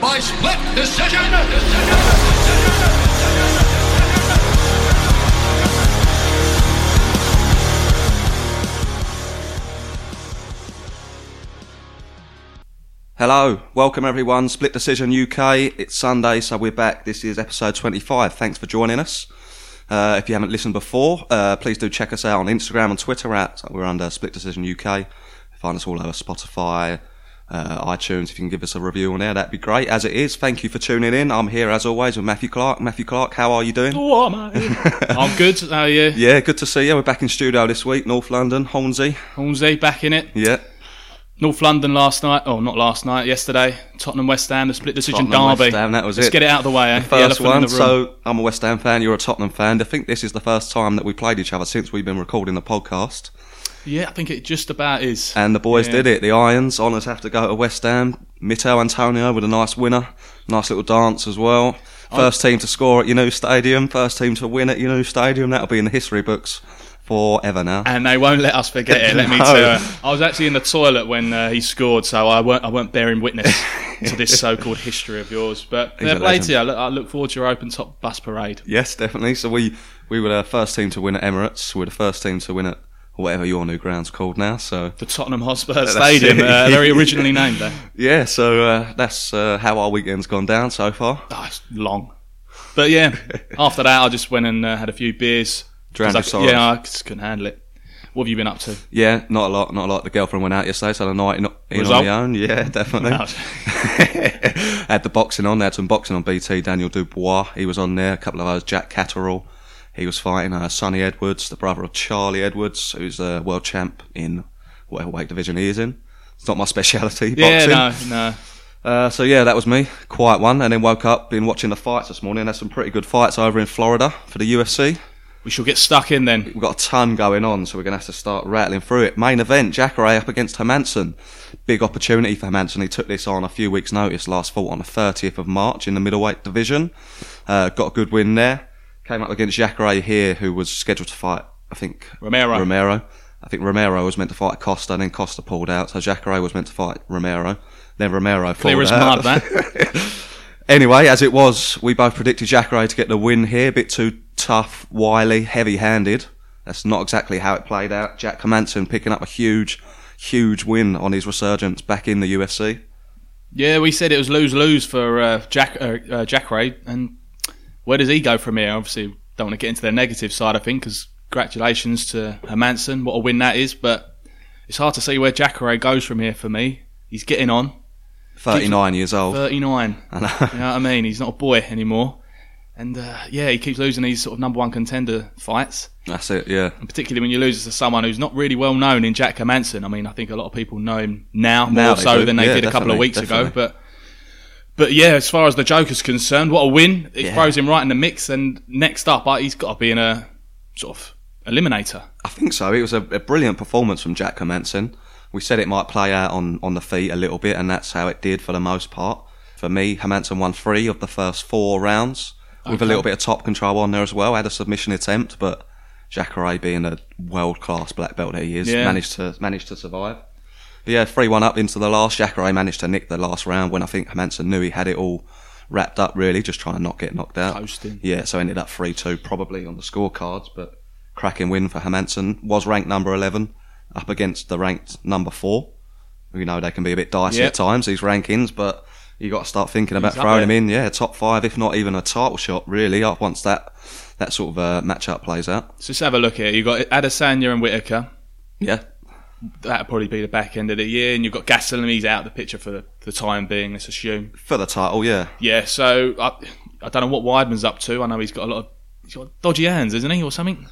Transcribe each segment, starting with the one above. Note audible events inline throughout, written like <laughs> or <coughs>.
by split decision. Hello, welcome everyone. Split Decision UK. It's Sunday, so we're back. This is episode 25. Thanks for joining us. Uh, if you haven't listened before, uh, please do check us out on Instagram and Twitter at we're under Split Decision UK. Find us all over Spotify, uh, iTunes. If you can give us a review on there, that'd be great. As it is, thank you for tuning in. I'm here as always with Matthew Clark. Matthew Clark, how are you doing? Oh, <laughs> am I? I'm good. How are you? Yeah, good to see you. We're back in studio this week, North London, Hornsey. Hornsey back in it. Yeah, North London last night. Oh, not last night. Yesterday. Tottenham West Ham. The split decision Tottenham, West derby. Ham, that was Let's it. get it out of the way. eh? The first elephant in one. the room. So I'm a West Ham fan. You're a Tottenham fan. I think this is the first time that we played each other since we've been recording the podcast. yeah, I think it just about is. And the boys Yeah. did it. The Irons honours have to go to West Ham. Mito Antonio with a nice winner, nice little dance as well. First team to score at your new stadium. First team to win at your new stadium. That'll be in the history books forever now. and they won't let us forget it. Let me <laughs> No. tell you. I was actually in the toilet when uh, he scored, so I weren't. I weren't <laughs> bearing witness to this so-called history of yours. But a fair play legend. to you. I look, I look forward to your open top bus parade. Yes, definitely. So we we were the first team to win at Emirates. We're the first team to win at whatever your new ground's called now. So The Tottenham <laughs> Hotspur Stadium, it. uh, <laughs> very originally named there. yeah, so uh, that's uh, how our weekend's gone down so far. Oh, it's long. But <laughs> yeah, after that, I just went and uh, had a few beers. Drowned 'Cause I- your sorrows. Yeah, I just couldn't handle it. What have you been up to? Yeah, not a lot, not a lot. The girlfriend went out yesterday, so had a night in, in on Result? her own. Yeah, <laughs> definitely. No. had the boxing on. They had some boxing on BT. Daniel Dubois, he was on there. A couple of hours. Jack Catterall, he was fighting uh, Sonny Edwards, the brother of Charlie Edwards, who's a world champ in whatever weight division he is in. It's not my speciality, boxing. Yeah, no, no. Uh, so yeah, that was me. Quiet one, and then woke up, been watching the fights this morning. There's some pretty good fights over in Florida for the UFC. We shall get stuck in then. We've got a ton going on, so we're going to have to start rattling through it. Main event, Jacare up against Hermanson. Big opportunity for Hermanson. He took this on a few weeks' notice last fought on the 30th of March in the middleweight division. Uh, got a good win there. Came up against Jacare here, who was scheduled to fight, I think, Romero. Romero. I think Romero was meant to fight Costa, and then Costa pulled out. So Jacare was meant to fight Romero. Then Romero Clear pulled as out. <laughs> mud, that. Anyway, as it was, we both predicted Jacare to get the win here. A bit too tough, wily, heavy-handed. That's not exactly how it played out. Jack Comanson picking up a huge, huge win on his resurgence back in the UFC. Yeah, we said it was lose lose for uh, Jack uh, uh, Jack Ray, and where does he go from here? Obviously, don't want to get into the negative side. I think because congratulations to Hermanson, what a win that is. But it's hard to see where Jack Ray goes from here for me. He's getting on, 39 years <laughs> old. thirty nine. I know. You know what I mean? He's not a boy anymore. And uh, yeah, he keeps losing these sort of number one contender fights, That's it, yeah. and particularly when you lose to someone who's not really well known in Jack Hermanson. I mean, I think a lot of people know him now more Now they so do. than they Yeah, did a couple definitely, of weeks ago. definitely. But but yeah, as far as the Joker's concerned, what a win! It Yeah. throws him right in the mix. And next up, uh, he's got to be in a sort of eliminator. I think so. It was a, a brilliant performance from Jack Comanson. We said it might play out on, on the feet a little bit, and that's how it did for the most part. For me, Comanson won three of the first four rounds with a Okay. little bit of top control on there as well. Had a submission attempt, but Jacare, being a world class black belt that he is, Yeah. managed to managed to survive. But yeah, three one up into the last. Jacare managed to nick the last round when I think Comanson knew he had it all wrapped up. Really, just trying to not get knocked out. Coasting. Yeah, so ended up 3 2 probably on the scorecards, but cracking win for Hermanson. Was ranked number 11 up against the ranked number 4. We know they can be a bit dicey Yep. at times, these rankings, but you got to start thinking about He's up throwing him there. in, yeah, top five, if not even a title shot, really, uh, once that, that sort of uh, matchup plays out. So let's have a look here. You've got Adesanya and Whitaker. Yeah. That'll probably be the back end of the year. And you've got Gastelum. He's out of the picture for the, the time being. Let's assume. For the title, yeah. Yeah, so I, I don't know what Weidman's up to. I know he's got a lot of he's got dodgy hands, isn't he, or something?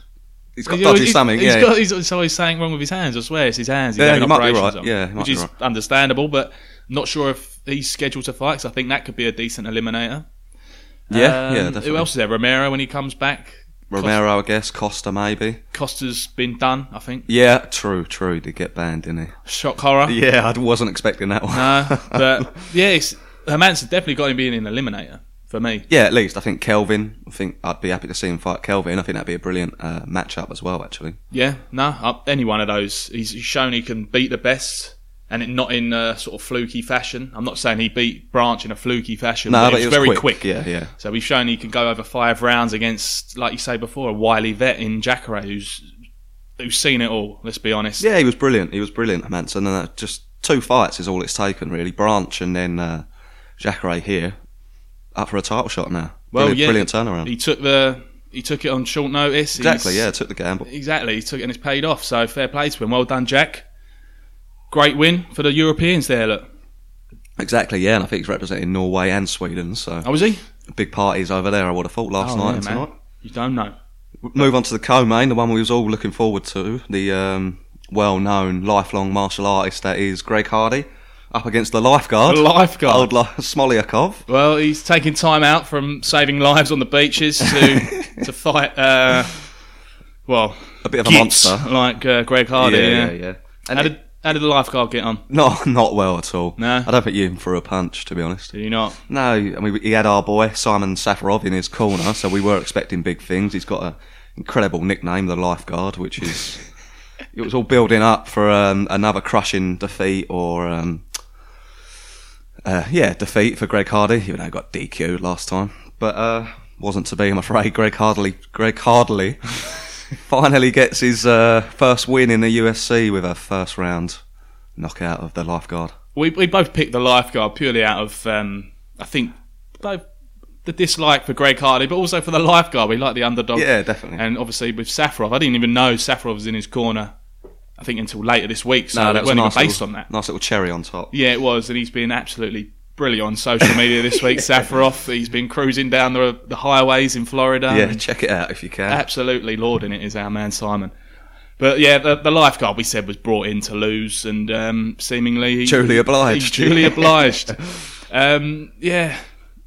He's got dodgy he's, something, he's yeah. got- he's- it's always something wrong with his hands. I swear, it's his hands. He's Yeah, having you might be operations right. on, Yeah, you might which be is right. understandable, but not sure if he's scheduled to fight. 'cause I think that could be a decent eliminator. yeah, Um, yeah, definitely. Who else is there? Romero when he comes back. Romero, I guess, Costa maybe. Costa's been done, I think. Yeah, true, true. He did get banned, didn't Shock horror. he? <laughs> Yeah, I wasn't expecting that one. No, <laughs> but yeah, it's, Hermanson definitely got him being an eliminator for me. Yeah, at least I think Kelvin. I think I'd be happy to see him fight Kelvin. I think that'd be a brilliant uh, matchup as well. Actually, Yeah, no, uh, any one of those. He's he's shown he can beat the best, and it not in a sort of fluky fashion. I'm not saying he beat Branch in a fluky fashion. No, but, but it it was was very quick. quick. Yeah, yeah. So we've shown he can go over five rounds against, like you say before, a wily vet in Jacare who's who's seen it all. Let's be honest. Yeah, he was brilliant. He was brilliant, Manson. And uh, just two fights is all it's taken, really. Branch and then uh, Jacare here, up for a title shot now. Well, brilliant, yeah. brilliant turnaround. He took the he took it on short notice. exactly. He's- Yeah, took the gamble. Exactly. He took it and it's paid off. So fair play to him. Well done, Jack. Great win for the Europeans there. Look, Exactly. Yeah, and I think he's representing Norway and Sweden. So how was Oh, he? big parties over there. I would have thought last Oh, night yeah, and man. tonight. You don't know. Move on to the co-main, the one we was all looking forward to. The um, well-known lifelong martial artist that is Greg Hardy, up against the lifeguard, The lifeguard. old li- Smolyakov. Well, he's taking time out from saving lives on the <laughs> beaches to to fight. Uh, well, A bit of a gits monster. like uh, Greg Hardy. Yeah, And How it- did how did the lifeguard get on? Not not well at all. No. I don't think you even threw a punch, to be honest. Did he not? No, I mean he had our boy Simon Safarov in his corner, so we were expecting big things. He's got an incredible nickname, the lifeguard, which is <laughs> it was all building up for um, another crushing defeat or um, uh, yeah defeat for Greg Hardy, even though he got DQ last time, but uh, wasn't to be. I'm afraid Greg Hardy, Greg Hardy, <laughs> finally gets his uh, first win in the USC with a first round knockout of the lifeguard. We we both picked the lifeguard purely out of um, I think both the dislike for Greg Hardy, but also for the lifeguard. We like the underdog. Yeah, definitely. And obviously with Safarov, I didn't even know Safarov was in his corner. I think until later this week, so No, it that was a wasn't nice even based little, on that. Nice little cherry on top. Yeah, it was, and he's been absolutely brilliant on social media <laughs> this week. Safarov, he's been cruising down the the highways in Florida. Yeah, and check it out if you can. uh, absolutely lording it is our man Simon. But yeah, the, the lifeguard we said was brought in to lose, and um, seemingly he- Duly obliged. <laughs> He's duly obliged. Um, yeah.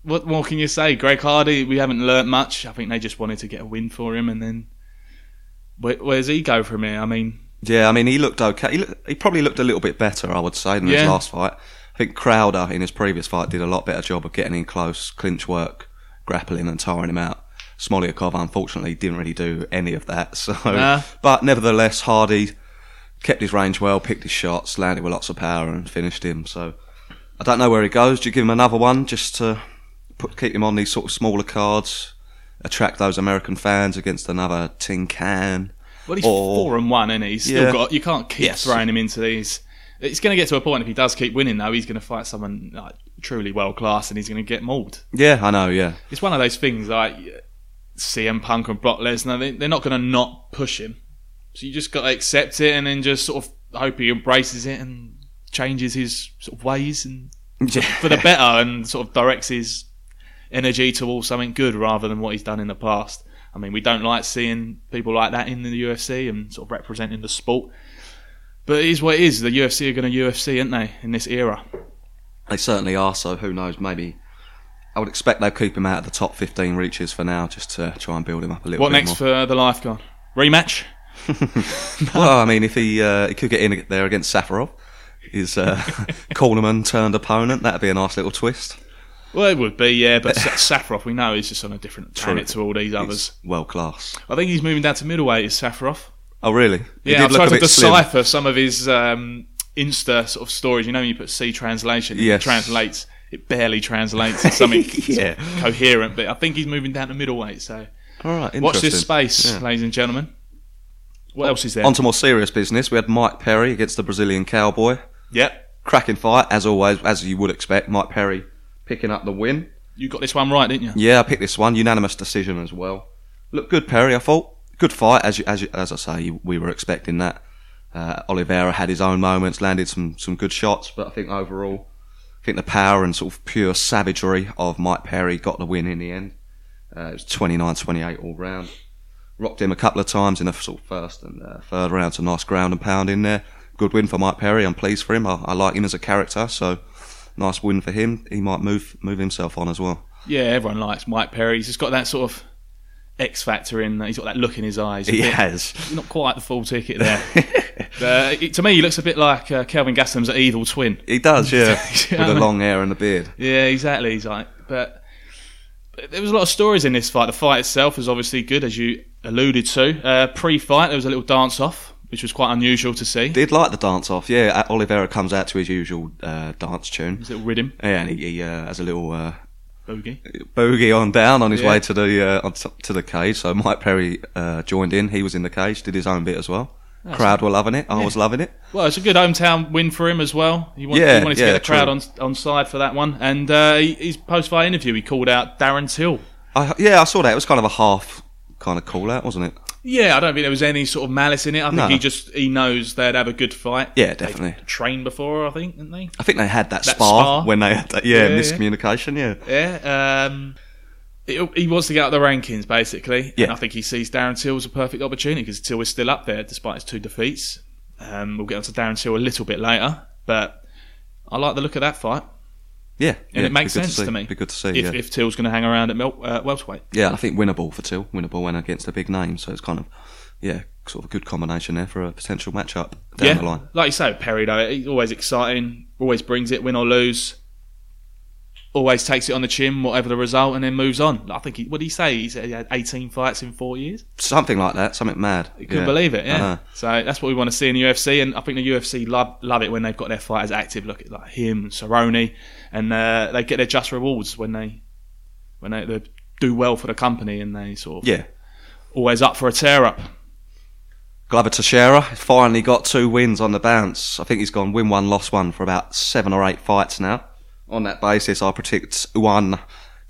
What more can you say? Greg Hardy, we haven't learnt much. I think they just wanted to get a win for him, and then where, where's he go from here? I mean, Yeah, I mean, he looked okay. He, look, he probably looked a little bit better, I would say, than his Yeah. last fight. I think Crowder in his previous fight did a lot better job of getting in close, clinch work, grappling, and tiring him out. Smolyakov, unfortunately, didn't really do any of that. <laughs> So, Nah. but nevertheless, Hardy kept his range well, picked his shots, landed with lots of power, and finished him. So, I don't know where he goes. Do you give him another one just to put, keep him on these sort of smaller cards, attract those American fans against another tin can? Well, he's Or- four and one, and he's still Yeah. got. You can't keep Yes. throwing him into these. It's going to get to a point if he does keep winning, though. He's going to fight someone like, truly world class, and he's going to get mauled. Yeah, I know. Yeah, It's one of those things like CM Punk and Brock Lesnar. They, they're not going to not push him, so you just got to accept it, and then just sort of hope he embraces it and changes his sort of ways and <laughs> for the better, and sort of directs his energy towards something good rather than what he's done in the past. I mean, we don't like seeing people like that in the UFC and sort of representing the sport. But it is what it is. The UFC are going to UFC, aren't they, in this era? They certainly are, so who knows? Maybe I would expect they'll keep him out of the top 15 reaches for now, just to try and build him up a little What bit next more. for the lifeguard? Rematch? <laughs> well, I mean, if he uh, he could get in there against Safarov, his uh, <laughs> cornerman turned opponent, that'd be a nice little twist. Well, it would be, yeah. But <laughs> Sa- Safarov, we know, is just on a different planet to all these others. He's world class. I think he's moving down to middleweight, is Safarov. Oh, really? He Yeah, I did look tried a to bit slim. decipher some of his um, Insta sort of stories. You know, when you put C translation, it Yes. translates. It barely translates. <laughs> It's something Yeah. sort of coherent, but I think he's moving down to middleweight. So All right, watch this interesting. space, ladies and gentlemen. What else is there? On to more serious business. We had Mike Perry against the Brazilian Cowboy. yep, Cracking fight, as always, as you would expect. Mike Perry picking up the win. you got this one right, didn't you? Yeah, I picked this one. Unanimous decision as well. Look good, Perry. I thought good fight as you, as you, as I say, you, we were expecting that. Uh, Oliveira had his own moments, landed some some good shots, but I think overall, I think the power and sort of pure savagery of Mike Perry got the win in the end. Uh, it was 29-28 all round. Rocked him a couple of times in the sort of first and uh, third round. Some nice ground and pound in there. Good win for Mike Perry. I'm pleased for him. I, I like him as a character, so nice win for him. He might move move himself on as well. Yeah, everyone likes Mike Perry. He's just got that sort of X factor in. He's got that look in his eyes. He A bit- has. Not quite the full ticket there. uh, it- to me, he looks a bit like uh, Kelvin Gastelum's evil twin. <laughs> He does, yeah. <laughs> With Yeah, I the know. long hair and the beard. Yeah, exactly. He's like, but, but there was a lot of stories in this fight. The fight itself was obviously good, as you alluded to. Uh, pre-fight, there was a little dance-off which was quite unusual to see. Did like the dance off, yeah. Uh, Oliveira comes out to his usual uh, dance tune. His little rhythm, Yeah, and he, he uh, has a little uh, bogey. bogey on down on his Yeah. way to the uh, on top, to the cage. So Mike Perry uh, joined in. He was in the cage, did his own bit as well. Crowd were loving it. I was loving it. Well, it's a good hometown win for him as well. He wanted, Yeah, he wanted to yeah, get the crowd true. on on side for that one. And uh, he- his post fight interview, he called out Darren Till. I, yeah, I saw that. It was kind of a half kind of call out, wasn't it? Yeah, I don't think there was any sort of malice in it. I think No. he just he knows they'd have a good fight. Yeah, They'd definitely. trained before, I think, didn't they? I think they had that, That spar, spar. when they had that. Yeah, Yeah, yeah. miscommunication. Yeah. Yeah. Um, it, he wants to get out the rankings basically. Yeah. And I think he sees Darren Till as a perfect opportunity because Till is still up there despite his two defeats. Um, we'll get onto Darren Till a little bit later, but I like the look of that fight. Yeah, yeah, And it'd it be makes good sense see. to, me. Be good to see. if, yeah, if Till's going to hang around at mel- uh, welterweight. yeah. and I think winnable for Till, winnable and against a big name. So it's kind of yeah, sort of a good combination there for a potential matchup down the line. Like you say, Perry though, he's always exciting, always brings it, win or lose. Always takes it on the chin, whatever the result, and then moves on. I think he, what did he say? He said he had 18 fights in four years. Something like that. Something mad. You couldn't believe it, yeah. Uh-huh. So that's what we want to see in the UFC, and I think the UFC love love it when they've got their fighters active. Look at like him, Cerrone, and uh, they get their just rewards when they when they, they do well for the company, and they sort of Yeah. always up for a tear up. Glover Teixeira finally got two wins on the bounce. I think he's gone win one, lost one for about seven or eight fights now. On that basis, I predict Juan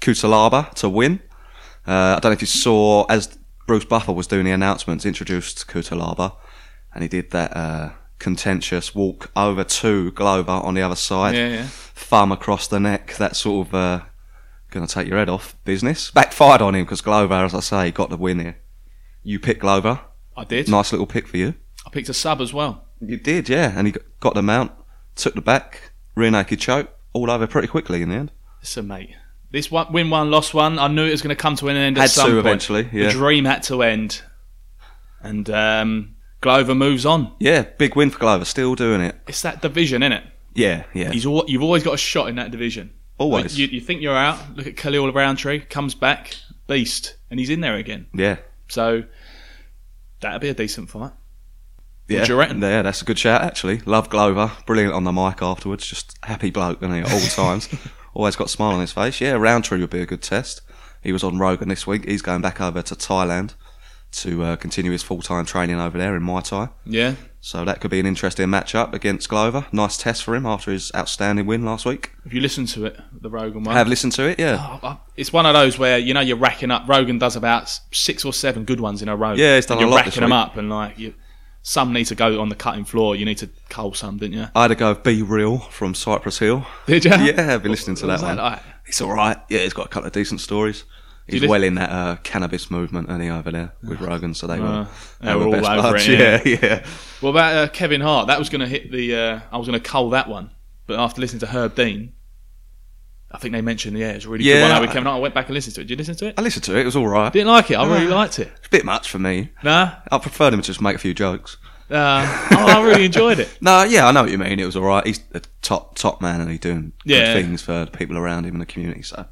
Kutalaba to win. Uh, I don't know if you saw as Bruce Buffer was doing the announcements, introduced Kutalaba, and he did that uh, contentious walk over to Glover on the other side, Yeah, yeah. thumb across the neck, that sort of uh, gonna take your head off business. Backfired on him because Glover, as I say, got the win here. You pick Glover. I did. Nice little pick for you. I picked a sub as well. You did, yeah. And he got- got the mount, took the back, rear naked choke, all over pretty quickly in the end. Listen, mate. This one, win one, lost one. I knew it was going to come to an end Had at some to point. eventually, yeah. The dream had to end, and um, Glover moves on. Yeah, big win for Glover, still doing it. It's that division, is it? Yeah, yeah. He's al- you've always got a shot in that division. Always. You, you think you're out. Look at Khalil Roundtree comes back, beast, and he's in there again. yeah. So that'd be a decent fight. Yeah. do you reckon? Yeah, that's a good shout, actually. Love Glover. Brilliant on the mic afterwards. Just happy bloke, isn't he, <laughs> at all times. Always got a smile on his face. Yeah, Roundtree would be a good test. He was on Rogan this week. He's going back over to Thailand to uh, continue his full time training over there in Muay Thai. Yeah. So that could be an interesting matchup against Glover. Nice test for him after his outstanding win last week. Have you listened to it, the Rogan I one? have listened to it, yeah. Oh, oh, it's one of those where you know you're racking up. Rogan does about s- six or seven good ones in a row. Yeah, he's done a you're lot Racking this them week. up, and like you, some need to go on the cutting floor. You need to cull some, didn't <laughs> you? I had a go of Be Real from Cypress Hill. Did you? Yeah, I've been listening to Oh. <laughs> What that one. was like? He's all right. Yeah, he's got a couple of decent stories. He's you lis- well in that uh, cannabis movement, and he over there <sighs> with Rogan, so they were, Uh, they they were, were all best over buds. <laughs> it, yeah, yeah. Well, about uh, Kevin Hart, that was going to hit the. Uh, I was going to cull that one, but after listening to Herb Dean, I think they mentioned yeah, it's a really Yeah, good one. I, with I- Kevin Hart. I went back and listened to it. Did you listen to it? I listened to it. It was all right. Didn't like it. I really liked it. It's a bit much for me. Nah, I preferred him to just make a few jokes. uh, I I really enjoyed it. No, yeah, I know what you mean. It was all right. He's a top top man, and he's doing Yeah. good things for the people around him in the community. So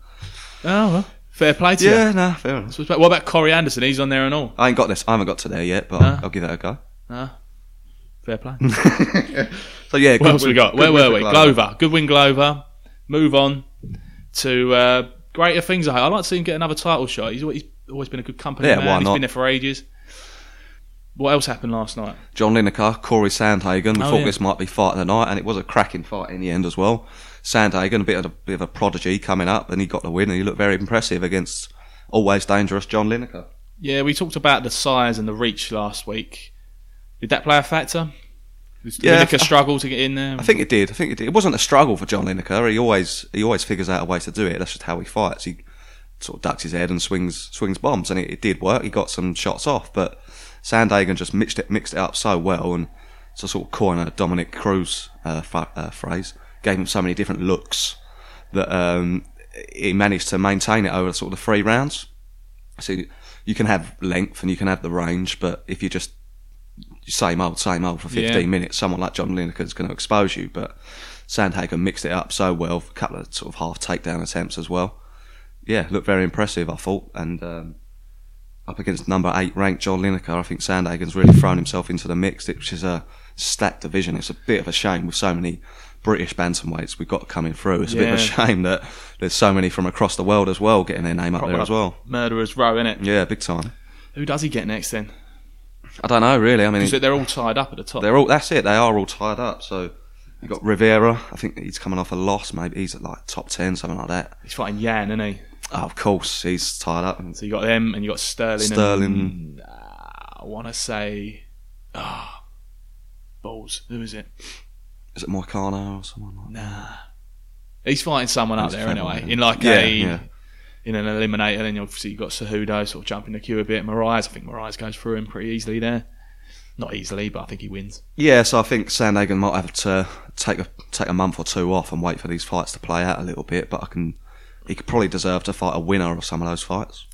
Oh, well, fair play to yeah, you. no, fair enough. So What about Corey Anderson? He's on there and all. I ain't got this. I haven't got to there yet, but No. I'll give that a <laughs> go. Fair play. So yeah, good What else win- we got? good Where win were for we? Glover. Good win, Glover. Move on to uh, greater things. I hope. I'd like to see him get another title shot. He's, al- he's always been a good company Yeah, man. why not? He's been there for ages. What else happened last night? John Lineker, Corey Sandhagen. We Oh, thought yeah. this might be fight of the night, and it was a cracking fight in the end as well. Sandhagen, a bit of a bit of a prodigy coming up, and he got the win, and he looked very impressive against always dangerous John Lineker. Yeah, we talked about the size and the reach last week. Did that play a factor? Did Yeah, Lineker I- struggle to get in there? I think it did. I think it did. It wasn't a struggle for John Lineker. He always he always figures out a way to do it. That's just how he fights. He sort of ducks his head and swings swings bombs, and it, it did work. He got some shots off, but Sandhagen just mixed it mixed it up so well, and to sort of coin a Dominic Cruz uh, fa- uh, phrase, gave him so many different looks that um, he managed to maintain it over sort of the three rounds. So you can have length and you can have the range, but if you just same old, same old for 15 Yeah. minutes, someone like John Lineker's going to expose you. But Sandhagen mixed it up so well, a couple of sort of half takedown attempts as well. Yeah, looked very impressive, I thought. And um, up against number eight ranked John Lineker. I think Sandhagen's really thrown himself into the mix, which is a stacked division. It's a bit of a shame with so many British bantamweights we've got coming through. It's a bit of a Yeah. shame that there's so many from across the world as well getting their name up there as well. Murderer's row, innit? Yeah, big time. Who does he get next then? I don't know really. I mean, Because they're all tied up at the top. they're all that's it. They are all tied up. So you got Rivera. I think he's coming off a loss. Maybe he's at like top ten, something like that. He's fighting Yan, isn't he? Oh, of course, he's tied up. So you got them, and you got Sterling. Sterling. And, uh, I want to say, ah, balls. Who is it? Is it Moicano or someone like? Nah, he's fighting someone up He's there fighting anyway. him. In like Yeah, a yeah. in an eliminator, then obviously you have got Cejudo sort of jumping the queue a bit. Marias, I think Marias goes through him pretty easily there. Not easily, but I think he wins. Yeah, so I think Sandhagen might have to take a take a month or two off and wait for these fights to play out a little bit. But I can, he could probably deserve to fight a winner of some of those fights.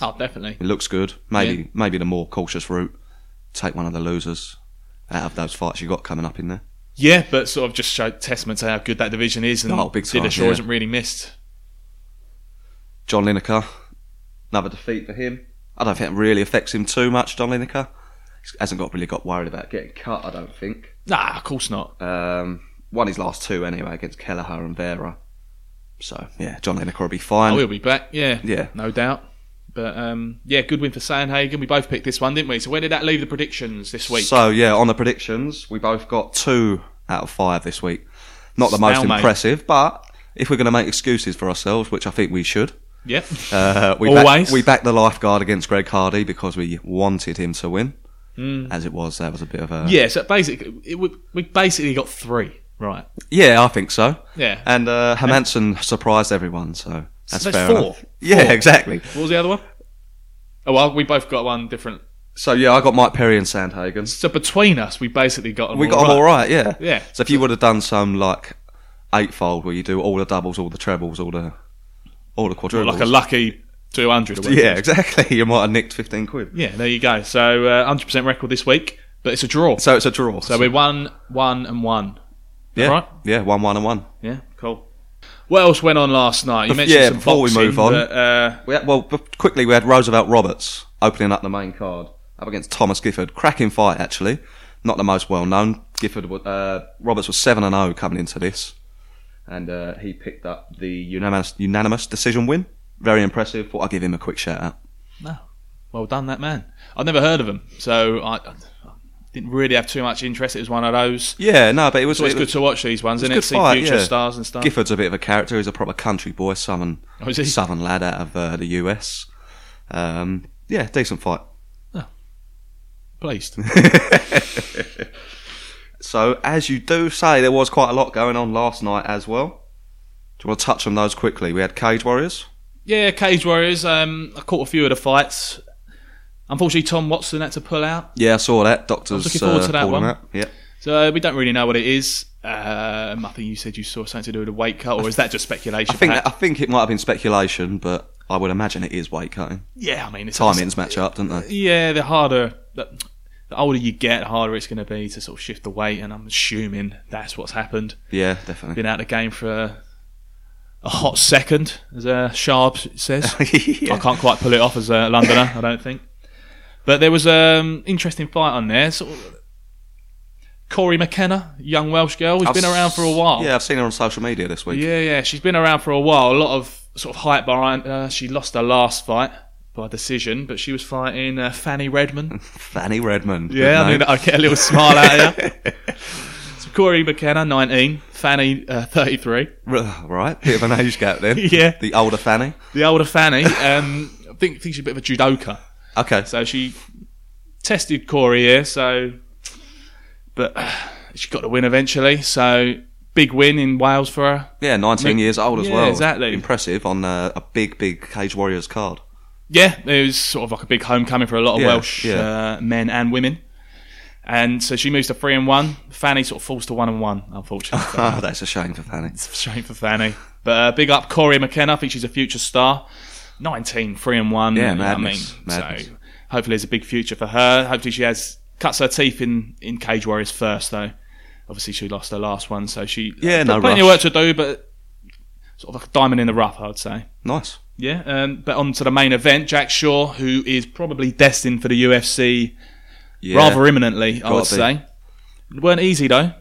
Oh, definitely. It looks good. Maybe maybe the more cautious route, take one of the losers out of those fights you got coming up in there. Yeah, but sort of just showed testament to how good that division is, and Oh, big time, Dillashaw yeah. isn't really missed. John Lineker, another defeat for him. I don't think it really affects him too much. John Lineker he hasn't got really got worried about getting cut. I don't think. Nah, of course not. Um, won his last two anyway against Kelleher and Vera. So yeah, John Lineker will be fine. I will be back. Yeah, Yeah. no doubt. But um, yeah, good win for Sandhagen. We both picked this one, didn't we? So where did that leave the predictions this week? So yeah, on the predictions, we both got two out of five this week. Not the most Stalemate. impressive, but if we're going to make excuses for ourselves, which I think we should, yep. uh, we back- Always. we backed the lifeguard against Greg Hardy because we wanted him to win. As it was, that was a bit of a Hmm. yeah. So basically, it, we, we basically got three. Right. Yeah, I think so. Yeah. and uh, Hermanson surprised everyone, so that's So there's fair four. enough. Yeah, Four. exactly. What was the other one? Oh well, we both got one different. So yeah, I got Mike Perry and Sandhagen. So between us, we basically got them We all got them right. all right, yeah. Yeah. So if you would have done some like eightfold, where you do all the doubles, all the trebles, all the all the Or quadruples, like a lucky two hundred. or whatever. yeah, exactly. <laughs> You might have nicked fifteen quid. Yeah. There you go. So uh, hundred percent record this week, but it's a draw. So, So it's a draw. we're one, one, and one. yeah, right. yeah, one, one, and one. Yeah. Cool. What else went on last night? You mentioned yeah, some before we boxing, move on. but, uh, We had, well, b- quickly we had Roosevelt Roberts opening up the main card up against Thomas Gifford. Cracking fight, actually. Not the most well known. Gifford, wa- uh, Roberts was seven and zero coming into this, and uh, he picked up the unanimous unanimous decision win. Very impressive. Thought I'd give him a quick shout out. No. Well done, that man. I'd never heard of him, so I, I didn't really have too much interest. It was one of those. Yeah, no, but it was, It's always it good was to watch these ones, isn't good it? See fight, future yeah. stars and stuff. Gifford's a bit of a character. He's a proper country boy, <laughs> southern Oh, is he? southern lad out of uh, the US. Um, yeah, decent fight. <laughs> Placed. So, as you do say, there was quite a lot going on last night as well. Do you want to touch on those quickly? We had Cage Warriors. yeah, Cage Warriors. Um, I caught a few of the fights. Unfortunately, Tom Watson had to pull out, Yeah, I saw that. Doctors. I was looking forward uh, to that calling one. out. Yeah. so we don't really know what it is. Um, I think you said you saw something to do with a weight cut, or is that just speculation? I think Pat? I think it might have been speculation, but I would imagine it is weight cutting. yeah, I mean, it's Timings match up, don't they? Yeah, the harder, the, the older you get, the harder it's going to be to sort of shift the weight, and I'm assuming that's what's happened. Yeah, definitely. <laughs> been out of the game for a, a hot second, as uh, Sharp <laughs> says. I can't quite pull it off as a Londoner, I don't think. But there was an um, interesting fight on there. Sort of Corey McKenna, young Welsh girl, who's I've been around for a while. Yeah, I've seen her on social media this week. yeah, yeah, she's been around for a while. A lot of sort of hype behind her. She lost her last fight by decision, but she was fighting uh, Fanny Redmond. Fanny Redmond. Yeah, I Good mean, name. I get a little smile <laughs> out of you. So Corey McKenna, 19, Fanny, uh, 33. R- Right, bit of an age gap then. <laughs> Yeah. The older Fanny. The older Fanny, um, I think, think she's a bit of a judoka. Okay. So she tested Corey here, so. But uh, she got the win eventually, so big win in Wales for her. Yeah, 19 years old as Yeah, well. exactly. Impressive on uh, a big, big Cage Warriors card. <laughs> Yeah, it was sort of like a big homecoming for a lot of Yeah, Welsh yeah. Uh, men and women. And so she moves to three and one. Fanny sort of falls to one and one, unfortunately. Ah, that's a shame for Fanny. Shame for Fanny. But uh, big up Corey McKenna. I think she's a future star. 19, 3 and 1. Yeah, you know what madness, madness. So hopefully there's a big future for her. Hopefully she has cuts her teeth in, in Cage Warriors first, though. Obviously she lost her last one, so she Yeah, got no plenty rush. of work to do, but sort of like a diamond in the rough, I would say. Nice. Yeah, um, but on to the main event, Jack Shaw, who is probably destined for the UFC Yeah. rather imminently, I Gotta would be. say. weren't easy though.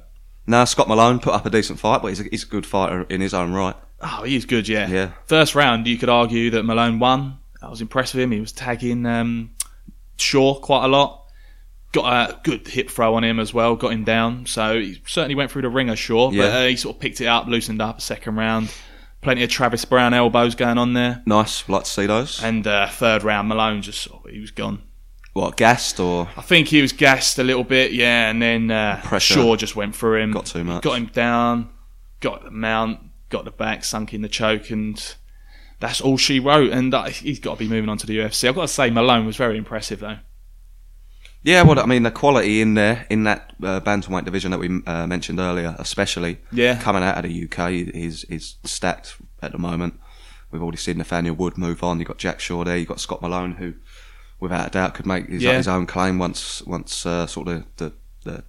Now Scott Malone put up a decent fight, but he's a, he's a good fighter in his own right. Oh, he was good, yeah. Yeah. First round, you could argue that Malone won. I was impressed with him. He was tagging um, Shaw quite a lot. Got a good hip throw on him as well. Got him down. So he certainly went through the ringer, Shaw. But Yeah. uh, he sort of picked it up, loosened up. Second round, plenty of Travis Brown elbows going on there. Nice, like to see those. And uh, third round, Malone just sort of, he was gone. What gassed or I think he was gassed a little bit, yeah, and then uh, Pressure. Shaw just went for him. Got too much. Got him down, got the mount, got the back, sunk in the choke, and that's all she wrote. And uh, he's got to be moving on to the UFC. I've got to say, Malone was very impressive, though. yeah? Well, I mean the quality in there in that uh, bantamweight division that we uh, mentioned earlier, especially Yeah. coming out of the UK is is stacked at the moment. We've already seen Nathaniel Wood move on. You have got Jack Shaw there. You have got Scott Malone, who without a doubt could make his, Yeah. his own claim once once uh, sort of the, the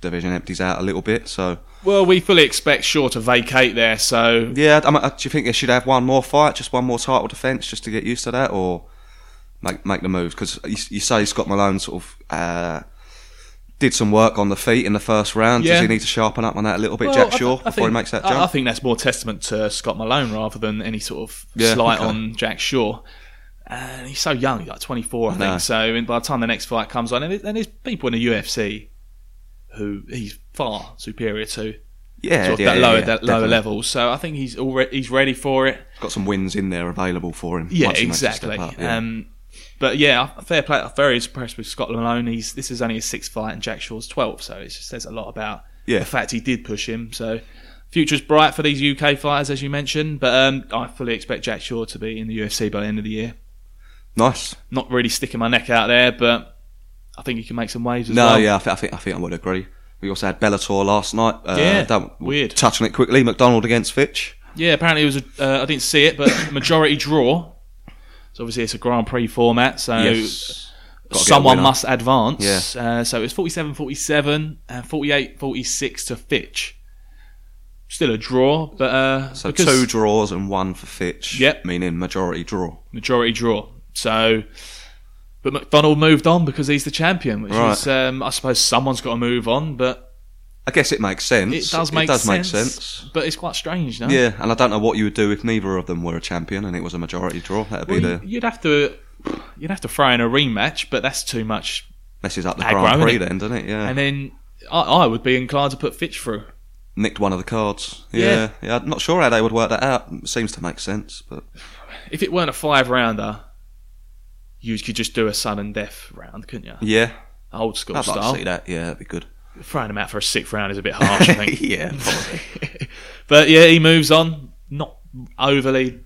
division empties out a little bit. So Well, we fully expect Shaw to vacate there, so yeah, I mean, do you think they should have one more fight, just one more title defense, just to get used to that, or make make the moves? Because you, you say Scott Malone sort of. Uh, did some work on the feet in the first round. Yeah. Does he need to sharpen up on that a little bit, Well, I Jack th- Shaw, I before think- he makes that I- jump? I think that's more testament to Scott Malone rather than any sort of Yeah, slight okay. on Jack Shaw. And he's so young, he's like 24, I think. know. So and by the time the next fight comes on, and, it, and there's people in the UFC who he's far superior to, yeah, sort of yeah, that yeah, lower yeah, that lower definitely. level. So I think he's already he's ready for it. got some wins in there available for him. Yeah, once he makes a step exactly. up, yeah. Um, but yeah, I- fair play. I'm very impressed with Scott Malone. He's this is only his sixth fight, and Jack Shaw's 12, so it just says a lot about Yeah. the fact he did push him. So future's bright for these UK fighters, as you mentioned. But um, I fully expect Jack Shaw to be in the UFC by the end of the year. nice. Not really sticking my neck out there, but I think he can make some waves as No, well. yeah, I, thi- I think I think I would agree. We also had Bellator last night. Uh, Yeah, don't- weird. Touch on it quickly. McDonald against Fitch. Yeah, apparently it was. A, uh, I didn't see it, but <coughs> majority draw. So obviously it's a Grand Prix format, so Gotta get a someone winner. must advance. Yeah. Uh, so it was 47 47 and 48 46 to Fitch. Still a draw, but uh, So because two draws and one for Fitch. Yep. Meaning majority draw. majority draw. So, but McDonald moved on because he's the champion, which Right. is, um, I suppose, someone's got to move on, but I guess it makes sense. it does make Mm. it does sense. make sense. But it's quite strange, no? Yeah, and I don't know what you would do if neither of them were a champion and it was a majority draw. That'd Well, be you- the you'd have to. You'd have to throw in a rematch, but that's too much messes up the aggro, Grand Prix innit? then, doesn't it? Yeah, And then I, I would be inclined to put Fitch through. nicked one of the cards. Yeah. yeah, yeah. I'm not sure how they would work that out. Seems to make sense, but If it weren't a five rounder, you could just do a sudden death round, couldn't you? yeah, Old school I'd like style. to see that. Yeah, that'd be good. Throwing him out for a sixth round is a bit harsh, I <laughs> think. <laughs> yeah, but yeah, he moves on. Not overly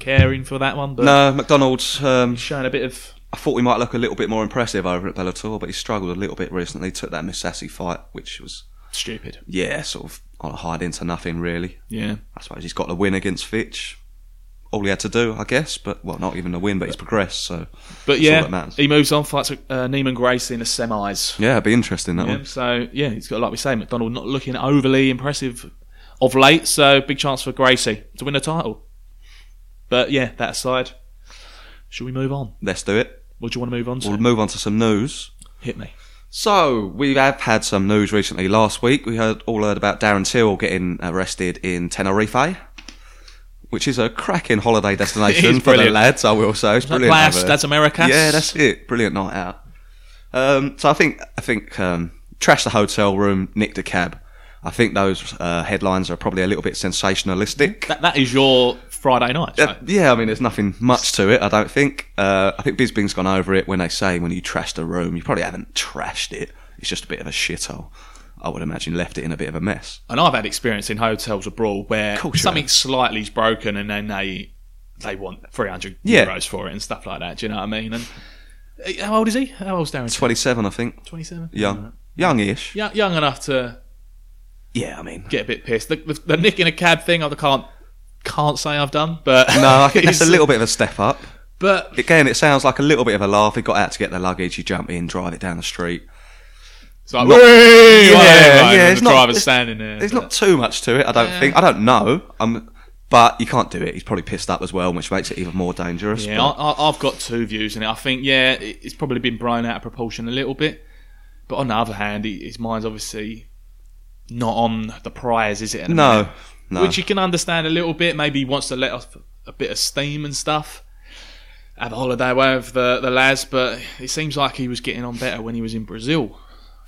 caring for that one, but No, McDonald's. Um, showing a bit of. I thought we might look a little bit more impressive over at Bellator, but he struggled a little bit recently. Took that Misasi fight, which was Stupid. yeah, sort of on a hide into nothing really. Yeah. I suppose he's got the win against Fitch. All he had to do, I guess, but well, not even a win, but he's progressed. So But all that yeah, matters. he moves on, fights uh, Neiman Gracie in the semis. yeah, it'd be interesting that Yeah, one. so yeah, he's got like we say, McDonald not looking overly impressive of late. So big chance for Gracie to win a title. But yeah, that aside, should we move on? Let's do it. What do you want to move on to? We'll move on to some news. Hit me. So we have had some news recently. Last week we heard all heard about Darren Till getting arrested in Tenerife, which is a cracking holiday <laughs> It is destination for the brilliant. lads. I will say it's brilliant. Playas over there. das Americas? Yeah, that's it. Brilliant night out. Um, so I think I think um, trashed the hotel room, nicked a cab. I think those uh, headlines are probably a little bit sensationalistic. That, that is your Friday night. Uh, show. yeah, I mean, there's nothing much to it, I don't think. Uh, I think Bisbing's gone over it when they say when you trashed a room, you probably haven't trashed it. It's just a bit of a shithole. I would imagine left it in a bit of a mess. And I've had experience in hotels abroad where course you something slightly's broken and then they they want 300 Yeah. euros for it and stuff like that. Do you know what I mean? And uh, how old is he? How old's Darren? 27, I think. 27? Young. Youngish. Young, young enough to Yeah, I mean. get a bit pissed. The, the, the nick in a cab thing, I can't can't say I've done, but No, <laughs> I think that's a it's- little bit of a step up. But Again, it sounds like a little bit of a laugh. He got out to get the luggage, he jumped in, drive it down the street. it's like, Not- "Whee!" Yeah, whatever, yeah, and it's the not- driver's it's- standing there. There's but- not too much to it, I don't Yeah. think. I don't know. I'm, But you can't do it. He's probably pissed up as well, which makes it even more dangerous. Yeah, but- I, I, I've got two views in it. I think, yeah, it- it's probably been blown out of proportion a little bit. But on the other hand, he, his mind's obviously not on the prize, is it? at the minute? no, no. Which you can understand a little bit. Maybe he wants to let off a bit of steam and stuff. Have a holiday with the, the lads, but it seems like he was getting on better when he was in Brazil.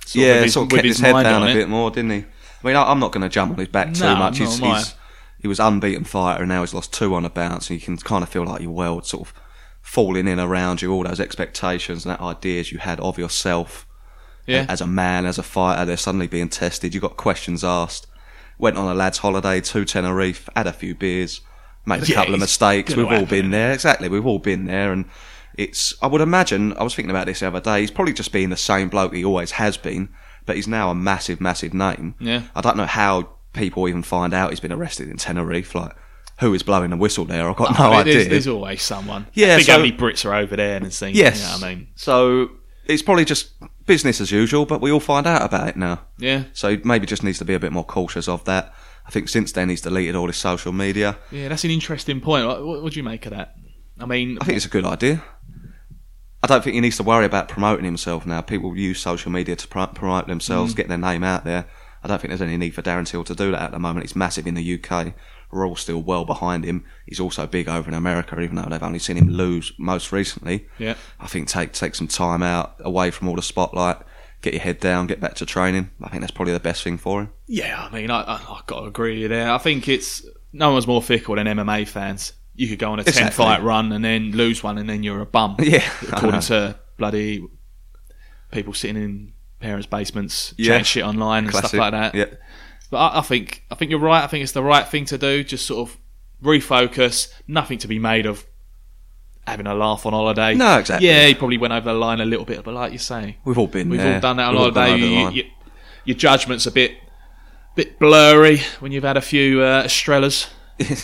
Sort yeah, with his- sort of with kept his, head mind down on a it. bit more, didn't he? I mean, I, I'm not going to jump on his back too No, much. He's, nor am he's, he was unbeaten fighter, and now he's lost two on a bounce, and you can kind of feel like your world sort of falling in around you, all those expectations and that ideas you had of yourself Yeah. as a man, as a fighter. They're suddenly being tested. You got questions asked. Went on a lads' holiday to Tenerife, had a few beers, made a Yeah, couple of it's mistakes. gonna We've all happen. been there. Exactly, we've all been there, and it's. I would imagine. I was thinking about this the other day. He's probably just been the same bloke he always has been, but he's now a massive, massive name. Yeah. I don't know how people even find out he's been arrested in Tenerife. Like, who is blowing the whistle there? I've got no, But idea. There's, there's always someone. Oh, Yeah, I think so- only Brits are over there and things. yes, You know what I mean? So it's probably just business as usual, but we all find out about it now. Yeah. So he maybe just needs to be a bit more cautious of that. I think since then he's deleted all his social media. Yeah, that's an interesting point. What, what, what do you make of that? I mean, I think it's a good idea. I don't think he needs to worry about promoting himself now. People use social media to pro- promote Mm. themselves, get their name out there. I don't think there's any need for Darren Till to do that at the moment. It's massive in the UK. We're all still well behind him. He's also big over in America, even though they've only seen him lose most recently. Yeah. I think take take some time out away from all the spotlight. Get your head down. Get back to training. I think that's probably the best thing for him. yeah, I mean, I, I, I got to agree with you there. I think it's no one's more fickle than MMA fans. You could go on a ten Exactly. fight run and then lose one, and then you're a bum. <laughs> Yeah, I know. according to bloody people sitting in parents' basements, Yeah. chatting shit online and Classic. stuff like that. Yeah. But I, I think I think you're right. I think it's the right thing to do. Just sort of refocus. Nothing to be made of having a laugh on holiday. No, exactly. Yeah, he probably went over the line a little bit, but like you say, We've all been we've there. all done that on We've all been holiday. over the You, line. you, your judgment's a bit bit blurry when you've had a few uh, <laughs> Estrellas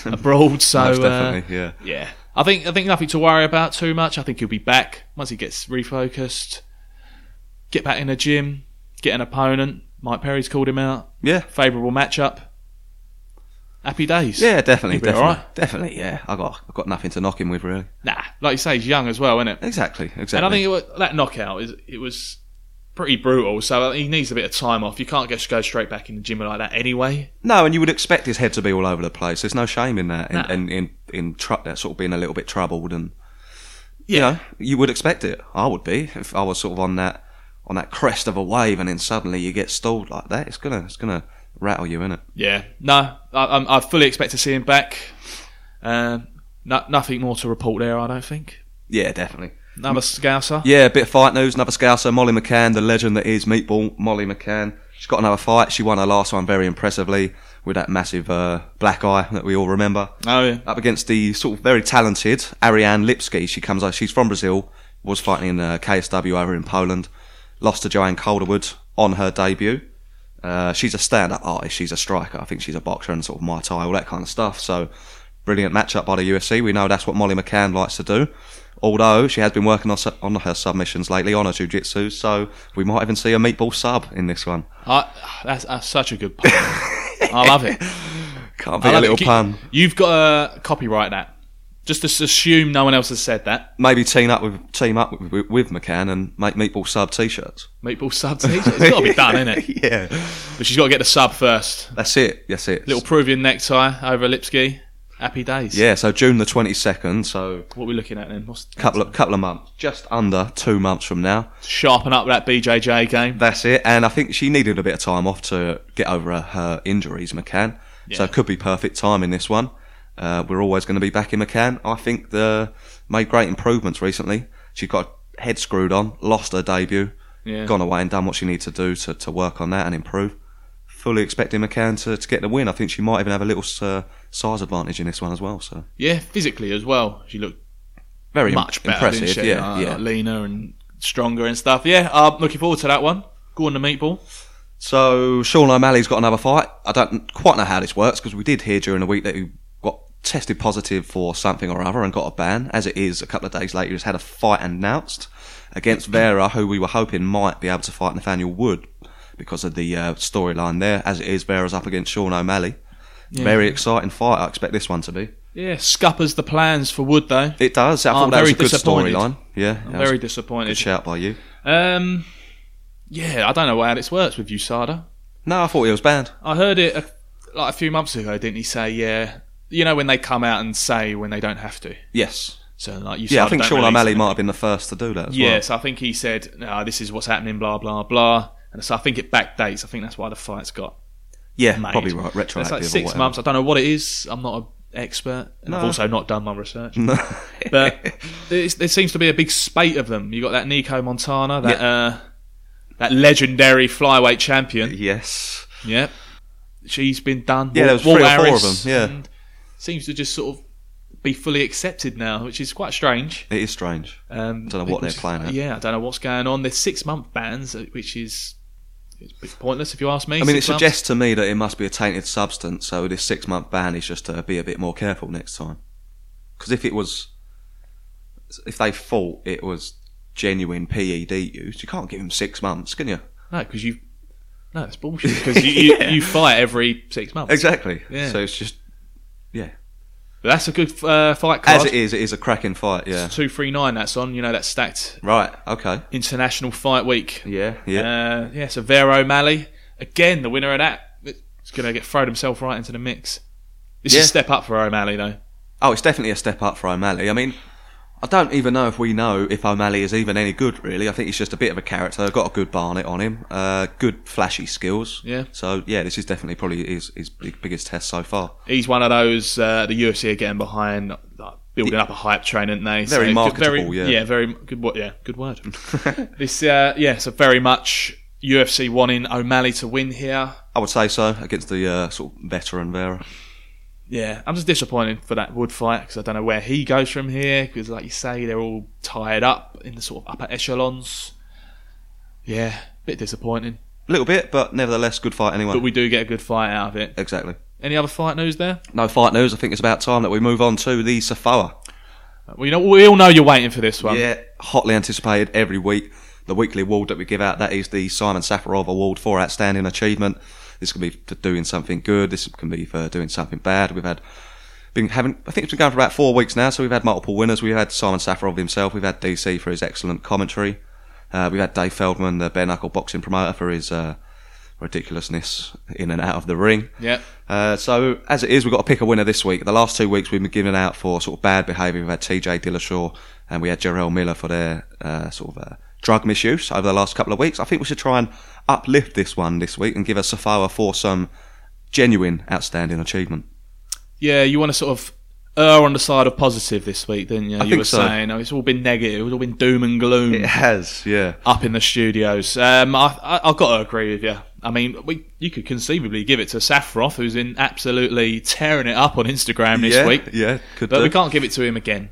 abroad. So Most uh, definitely, yeah. yeah. I think I think nothing to worry about too much. I think he'll be back once he gets refocused. Get back in the gym, get an opponent. Mike Perry's called him out. Yeah. Favourable matchup. Happy days. Yeah, definitely, You'll be definitely, alright. definitely. Yeah, I got, I got nothing to knock him with really. Nah, like you say, he's young as well, isn't it? Exactly, exactly. And I think it was, that knockout is it was pretty brutal. So he needs a bit of time off. You can't just go straight back in the gym like that anyway. no, and you would expect his head to be all over the place. There's no shame in that, in No. in in, in tr- that sort of being a little bit troubled, and you know, you would expect it. I would be if I was sort of on that on that crest of a wave, and then suddenly you get stalled like that. It's gonna, it's gonna rattle you in it. Yeah, no, I, I'm- I fully expect to see him back. Um, no, nothing more to report there, I don't think. Yeah, definitely. Another Scouser. Mm. Yeah, a bit of fight news. Another scouser, Molly McCann, the legend that is Meatball Molly McCann. She's got another fight. She won her last one very impressively with that massive uh, black eye that we all remember. Oh yeah. up against the sort of very talented Ariane Lipski. She comes out, she's from Brazil, was fighting in uh, KSW over in Poland, lost to Joanne Calderwood on her debut. Uh, she's a stand up artist, she's a striker, I think she's a boxer and sort of Muay Thai, all that kind of stuff. So, brilliant matchup by the UFC. We know that's what Molly McCann likes to do. Although she has been working on, su- on her submissions lately, on her jiu jitsu, so we might even see a meatball sub in this one. I, that's, that's such a good pun. I <laughs> love it. Can't I be a love little it. You- pun. You've got to copyright that. Just as- assume no one else has said that. Maybe team up with team up with, with McCann and make meatball sub t-shirts. Meatball sub. It's got to be done, isn't <laughs> it? yeah. But she's got to get the sub first. That's it. That's it. Little Peruvian necktie over a Lipski. Happy days. yeah, so June the 22nd, so What are we looking at then? What's, a couple of, couple of months, just under two months from now. sharpen up that BJJ game. That's it. And I think she needed a bit of time off to get over her, her injuries, McCann. So Yeah. it could be perfect time in this one. Uh, we're always going to be back in McCann. I think the made great improvements recently. She got her head screwed on, lost her debut, Yeah. gone away and done what she needs to do to, to work on that and improve. Fully expecting McCann to, to get the win. I think she might even have a little uh, size advantage in this one as well. So Yeah, physically as well. She looked very much better. impressive. didn't she? Yeah, Like, yeah. like leaner and stronger and stuff. Yeah, I'm looking forward to that one. Go on the meatball. So Sean O'Malley's got another fight. I don't quite know how this works because we did hear during the week that he got tested positive for something or other and got a ban. As it is, a couple of days later, he's had a fight announced against Vera, who we were hoping might be able to fight Nathaniel Wood because of the uh, storyline there. As it is, Vera's up against Sean O'Malley. Yeah. Very exciting fight. I expect this one to be. Yeah, scuppers the plans for Wood though. It does. I I'm thought that was very a good disappointed. storyline. Yeah, I'm that was very a good disappointed. shout by you. Um, yeah, I don't know how this works with USADA. No, I thought it was banned. I heard it a, like a few months ago, didn't he? Say yeah, you know when they come out and say when they don't have to. Yes. So like USADA Yeah, I think don't Sean release O'Malley them. might have been the first to do that as Yes, I think he said, "No, this is what's happening." Blah blah blah. And so I think it backdates. I think that's why the fight's got well. Yeah, made. probably right. Retroactive. It's like or six <laughs> whatever. months. I don't know what it is. I'm not an expert. And No. I've Mm. also not done my research. No. <laughs> But it's, there seems to be a big spate of them. You got that Nico Montana, that uh, that legendary flyweight champion. yes. Yep, she's been done. Yeah, there was three or four of them, yeah. and seems to just sort of be fully accepted now, which is quite strange. It is strange. Um, Don't know what they're because- playing at. Yeah, I don't know what's going on. There's six month bans, uh, which is it's a bit pointless if you ask me. I mean, it Six months. suggests to me that it must be a tainted substance, so this six month ban is just to be a bit more careful next time. Because if it was. If they thought it was genuine PED use, you can't give them six months, can you? no, because you no, it's <laughs> bullshit because you, you, Yeah. you fight every six months. Exactly. Yeah. So it's just. But that's a good uh, fight card. As it is, it is a cracking fight, yeah. Two three nine. That's on. You know that stacked Right, okay. international fight week. Yeah. Yeah. Uh, yeah. So Vero Malley again, the winner of that, is going to get thrown himself right into the mix. This Yeah. is a step up for O'Malley though. oh, it's definitely a step up for O'Malley. I mean, I don't even know if we know if O'Malley is even any good, really. I think he's just a bit of a character, got a good barnet on him, uh, good flashy skills. Yeah. So, yeah, this is definitely probably his, his big, biggest test so far. He's one of those uh, the UFC are getting behind, like, building up a hype train, aren't they? Very good- marketable, yeah. Yeah, very good. What? Yeah, <laughs> good word. this, uh, yeah. So very much UFC wanting O'Malley to win here. I would say so, against the uh, sort of veteran Vera. Yeah, I'm just disappointed for that Wood fight because I don't know where he goes from here. Because, like you say, they're all tied up in the sort of upper echelons. Yeah, bit disappointing, A little bit, but nevertheless, good fight anyway. but we do get a good fight out of it. exactly. Any other fight news there? No fight news. I think it's about time that we move on to the Safoa. Uh, Well, you know, we all know you're waiting for this one. Yeah, hotly anticipated every week. The weekly award that we give out, that is the Simon Safarov Award for Outstanding Achievement. This can be for doing something good. This can be for doing something bad. We've had, been having, I think it's been going for about four weeks now, so we've had multiple winners. We've had Simon Safarov himself. We've had DC for his excellent commentary. Uh, we've had Dave Feldman, the bare knuckle boxing promoter, for his uh, ridiculousness in and out of the ring. Yep. Uh, so as it is, we've got to pick a winner this week. The last two weeks we've been giving out for sort of bad behaviour. We've had TJ Dillashaw and we had Jarrell Miller for their uh, sort of uh, drug misuse over the last couple of weeks. I think we should try and uplift this one this week and give a Safawa for some genuine outstanding achievement. Yeah, you want to sort of err on the side of positive this week, didn't you? you think were so. saying oh, it's all been negative, it's all been doom and gloom. has, yeah. up in the studios. Um, I, I, I've got to agree with you. I mean, we, you could conceivably give it to Safroth, who's in absolutely tearing it up on Instagram this yeah, week, yeah, could but do. we can't give it to him again.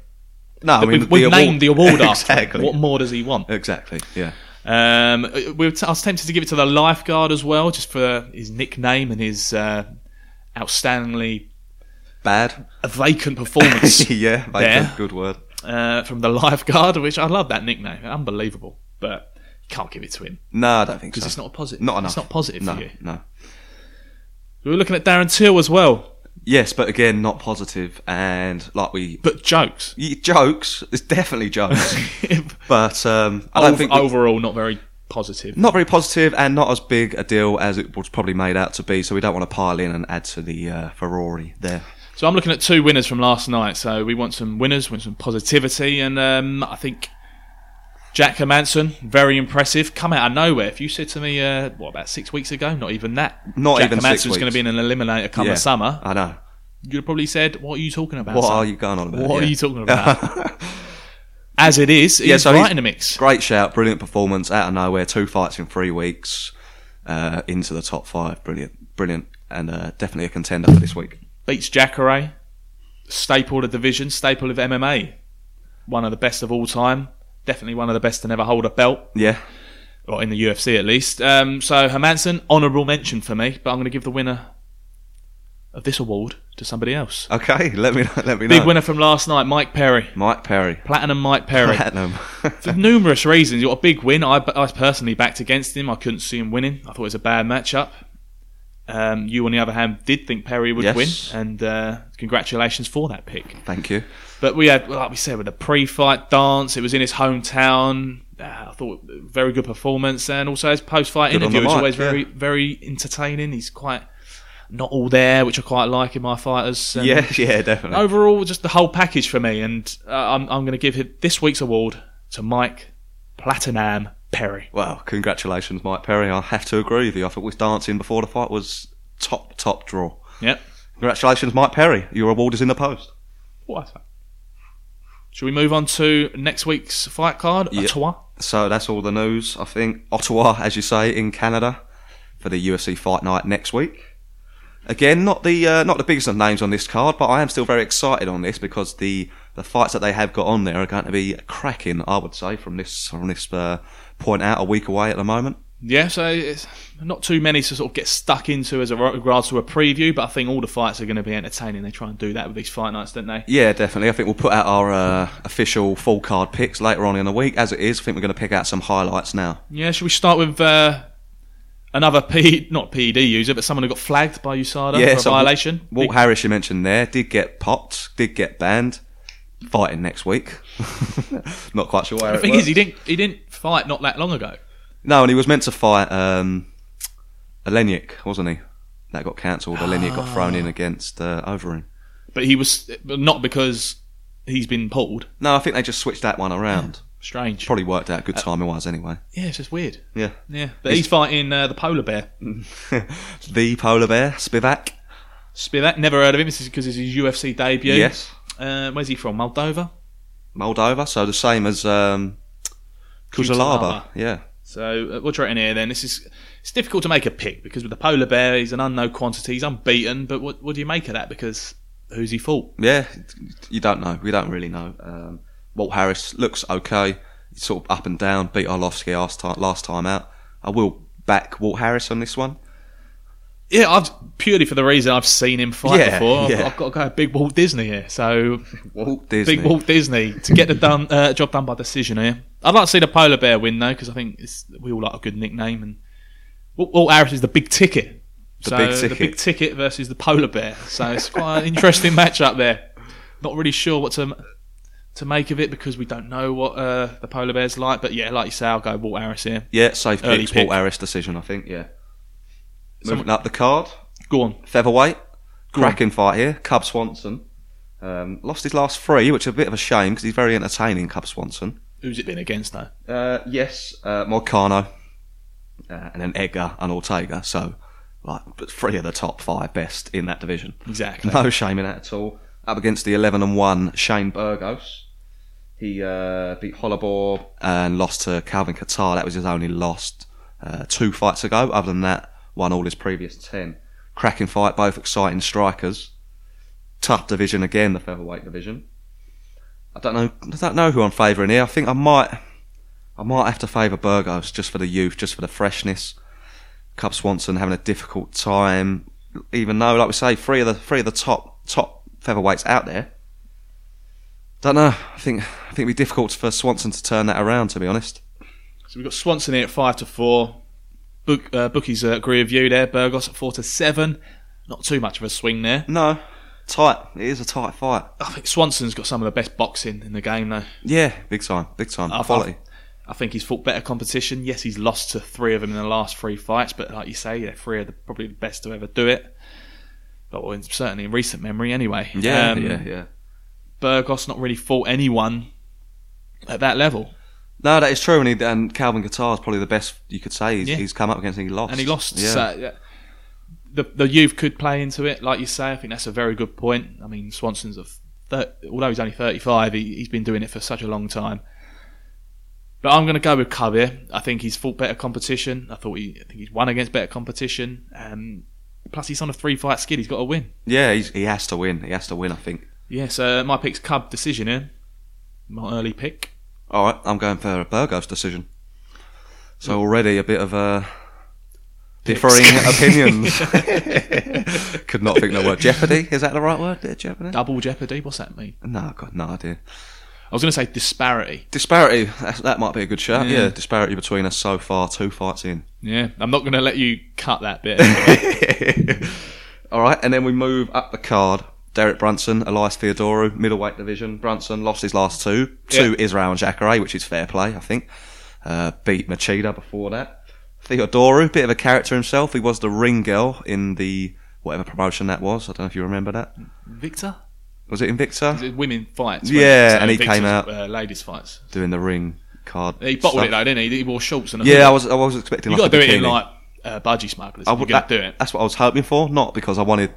no, I mean, We've, we've named <laughs> the award after. him. exactly, What more does he want? exactly, yeah. Um, we were t- I was tempted to give it to the lifeguard as well, just for his nickname and his uh, outstandingly <laughs> Bad, vacant <laughs> performance yeah, There. good word. uh, from the lifeguard, which I love that nickname, unbelievable. But can't give it to him No, I don't think so. because it's not a positive. Not enough. It's not positive no, for you. no. We were looking at Darren Till as well. Yes, but again, not positive, and like we <laughs> but jokes. Y jokes. It's definitely jokes, <laughs> but um, I don't think we- overall not very positive. not very positive and not as big a deal as it was probably made out to be. So we don't want to pile in and add to the uh, Ferrari there. So I'm looking at two winners from last night. So we want some winners, want some positivity, and um, I think Jack Hermanson, very impressive, come out of nowhere. If you said to me, uh, what about six weeks ago? Not even that. Not Jack even six Hermanson's going to weeks. be in an eliminator come Yeah. the summer. I know. You'd have probably said, "What are you talking about? What son? are you going on about? What Yeah. are you talking about?" <laughs> As it is, he's Yeah, so right he's- in the mix. Great shout, brilliant performance out of nowhere. Two fights in three weeks, uh, into the top five. Brilliant, brilliant, and uh, definitely a contender for this week. beats Jacare, staple of the division, staple of MMA, one of the best of all time, definitely one of the best to never hold a belt, Yeah, or in the UFC at least. Um, so Hermanson, honourable mention for me, but I'm going to give the winner of this award to somebody else. okay. <laughs> Let me let me know. Big winner from last night, Mike Perry, Mike Perry, platinum <laughs> Mike Perry. platinum. For numerous reasons, he got a big win. I, I personally backed against him. I couldn't see him winning. I thought it was a bad matchup. Um, you, on the other hand, did think Perry would Yes. win, and uh, congratulations for that pick. Thank you. But we had, like we said, with the pre-fight dance, it was in his hometown. Uh, I thought very good performance, and also his post-fight Good on the interview is mic, always yeah. very, very entertaining. He's quite not all there, which I quite like in my fighters. And Yeah, <laughs> yeah, definitely. Overall, just the whole package for me, and uh, I'm, I'm going to give him this week's award to Mike Platinam Perry. Well, congratulations, Mike Perry. I have to agree with you. I thought his dancing before the fight was top, top draw. Yep. Congratulations, Mike Perry. Your award is in the post. What? Should we move on to next week's fight card? Yeah. Ottawa. So that's all the news, I think. Ottawa, as you say, in Canada for the UFC Fight Night next week. Again, not the uh, not the biggest of names on this card, but I am still very excited on this because the the fights that they have got on there are going to be cracking. I would say from this from this uh, point out, a week away at the moment. Yeah, so it's not too many to sort of get stuck into as a regards to a preview, but I think all the fights are going to be entertaining. They try and do that with these fight nights, don't they? Yeah, definitely. I think we'll put out our uh, official full card picks later on in the week. As it is, I think we're going to pick out some highlights now. Yeah, should we start with uh, another P, not PED user, but someone who got flagged by USADA for a so violation? Walt, Walt Harris, you mentioned there, did get popped, did get banned. Fighting next week. <laughs> Not quite sure where the it thing was. is, he didn't he didn't fight not that long ago. no, and he was meant to fight um, Olenek, wasn't he? That got cancelled. Olenek got thrown Ah. in against uh, Overeem. But he was but not because he's been pulled. No, I think they just switched that one around. Strange. Probably worked out Uh, good timing wise anyway. Yeah, it's just weird. Yeah. <laughs> Yeah, but he's fighting uh, the polar bear. the polar bear, Spivak. Spivak, never heard of him. This is because it's his UFC debut. Yes. Uh, where's he from? Moldova. Moldova, so the same as um, Kujalaba. Kujalaba. Yeah. So uh, what do you reckon here? Then this is it's difficult to make a pick because with the polar bear, he's an unknown quantity. He's unbeaten, but what what do you make of that? Because who's he fought? Yeah, you don't know. We don't really know. Um, Walt Harris looks okay. He's sort of up and down. Beat Arlovsky last time, last time out. I will back Walt Harris on this one. Yeah, I've purely for the reason I've seen him fight Yeah, before. I've, yeah. I've got to go big Walt Disney here. So Walt Disney. big Walt Disney to get the done uh, job done by decision here. I'd like to see the polar bear win though because I think it's, we all like a good nickname and Walt, Walt Harris is the big ticket. The so big the ticket. big ticket versus the polar bear. So it's quite an interesting matchup there. Not really sure what to to make of it because we don't know what uh, the polar bear's like. But yeah, like you say, I'll go Walt Harris here. Yeah, safe Early picks. pick. Walt Harris decision, I think. Yeah. Some- Moving up the card, Go on. featherweight, cracking fight here. Cub Swanson um, lost his last three, which is a bit of a shame because he's very entertaining. Cub Swanson. Who's it been against though? Uh, yes, uh, Moicano, uh, and then Edgar and Ortega. So, like, but three of the top five best in that division. Exactly. No shame in that at all. Up against the 11 and 1 Shane Burgos. He uh, beat Hollabor and lost to Calvin Qatar. That was his only loss uh, two fights ago. Other than that, won all his previous 10. Cracking fight, both exciting strikers. Tough division again, the featherweight division. I don't know. I don't know who I'm favouring here. I think I might, I might have to favour Burgos just for the youth, just for the freshness. Cub Swanson having a difficult time, even though, like we say, three of the three of the top top featherweights out there. Don't know. I think I think it'd be difficult for Swanson to turn that around. To be honest, So we've got Swanson here at five to four. Book, uh, bookies uh, agree with you there. Burgos at four to seven. Not too much of a swing there. no, tight. It is a tight fight. I think Swanson's got some of the best boxing in the game, though. Yeah, big time, big time. I've- Quality. I think he's fought better competition. Yes, he's lost to three of them in the last three fights, but like you say, they're three of the probably the best to ever do it. But well, in, certainly in recent memory, anyway. Yeah, Um, yeah, yeah. Burgos not really fought anyone at that level, No, that is true. And, he, and Calvin Qatar is probably the best you could say he's, Yeah. he's come up against. And he lost. and he lost. Yeah. So, yeah. The, the youth could play into it, like you say. I think that's a very good point. I mean, Swanson's a thir- although he's only thirty five, he, he's been doing it for such a long time. But I'm going to go with Cub here. I think he's fought better competition. I thought he, I think he's won against better competition. Um, plus, he's on a three fight skid. He's got to win. yeah, he's, he has to win. He has to win. I think. Yeah. So uh, my pick's Cub decision here. My early pick. <laughs> All right, I'm going for a Burgos decision. So already a bit of uh, differing <laughs> opinions. Could not think of the word jeopardy. Is that the right word? there, Jeopardy? Double jeopardy. What's that mean? No, I've got no idea. was going to say disparity. Disparity, that, that might be a good shout. Yeah. Yeah. disparity between us so far, two fights in. <laughs> Yeah, I'm not going to let you cut that bit. All right, and then we move up the card. Derek Brunson, Elias Theodorou, middleweight division. Brunson lost his last two to Yeah. Israel and Jacare, which is fair play, I think. Uh, beat Machida before that. Theodorou, bit of a character himself. He was the ring girl in the whatever promotion that was. I don't know if you remember that. Victor, Was it Invicta? Is it women fights. Yeah, wasn't it? and he Victor's, came out- uh, ladies fights. Doing the ring card. He bottled stuff. it though, didn't he? He wore shorts and a Yeah, I was I was expecting. You like got to a do it in bikini. like uh, budgie smugglers. I You're would- gonna that- do it. That's what I was hoping for, not because I wanted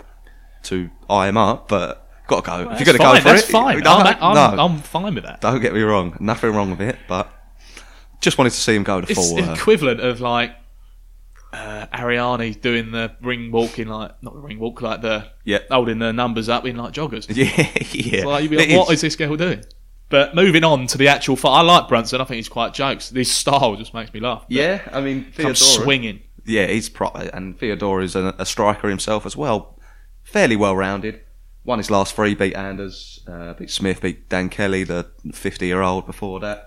to eye him up, but got to go. if you're That's going to go fine, for that's it, fine. no, I'm, a- I'm, no, I'm fine with that. don't get me wrong. Nothing wrong with it, but just wanted to see him go to It's full. uh, equivalent of like uh, Ariani doing the ring walk in like not the ring walk, like the Yeah. <laughs> holding the numbers up in like joggers. yeah, yeah. Like you'd be It like, what is- is this girl doing? But moving on to the actual fight, I like Brunson. I think he's quite jokes. His style just makes me laugh. Yeah, I mean, I'm Theodore. swinging. Yeah, he's proper, and Theodore is a, a striker himself as well. Fairly well rounded. Won his last three, beat Anders, uh, beat Smith, beat Dan Kelly, the 50 year old before that.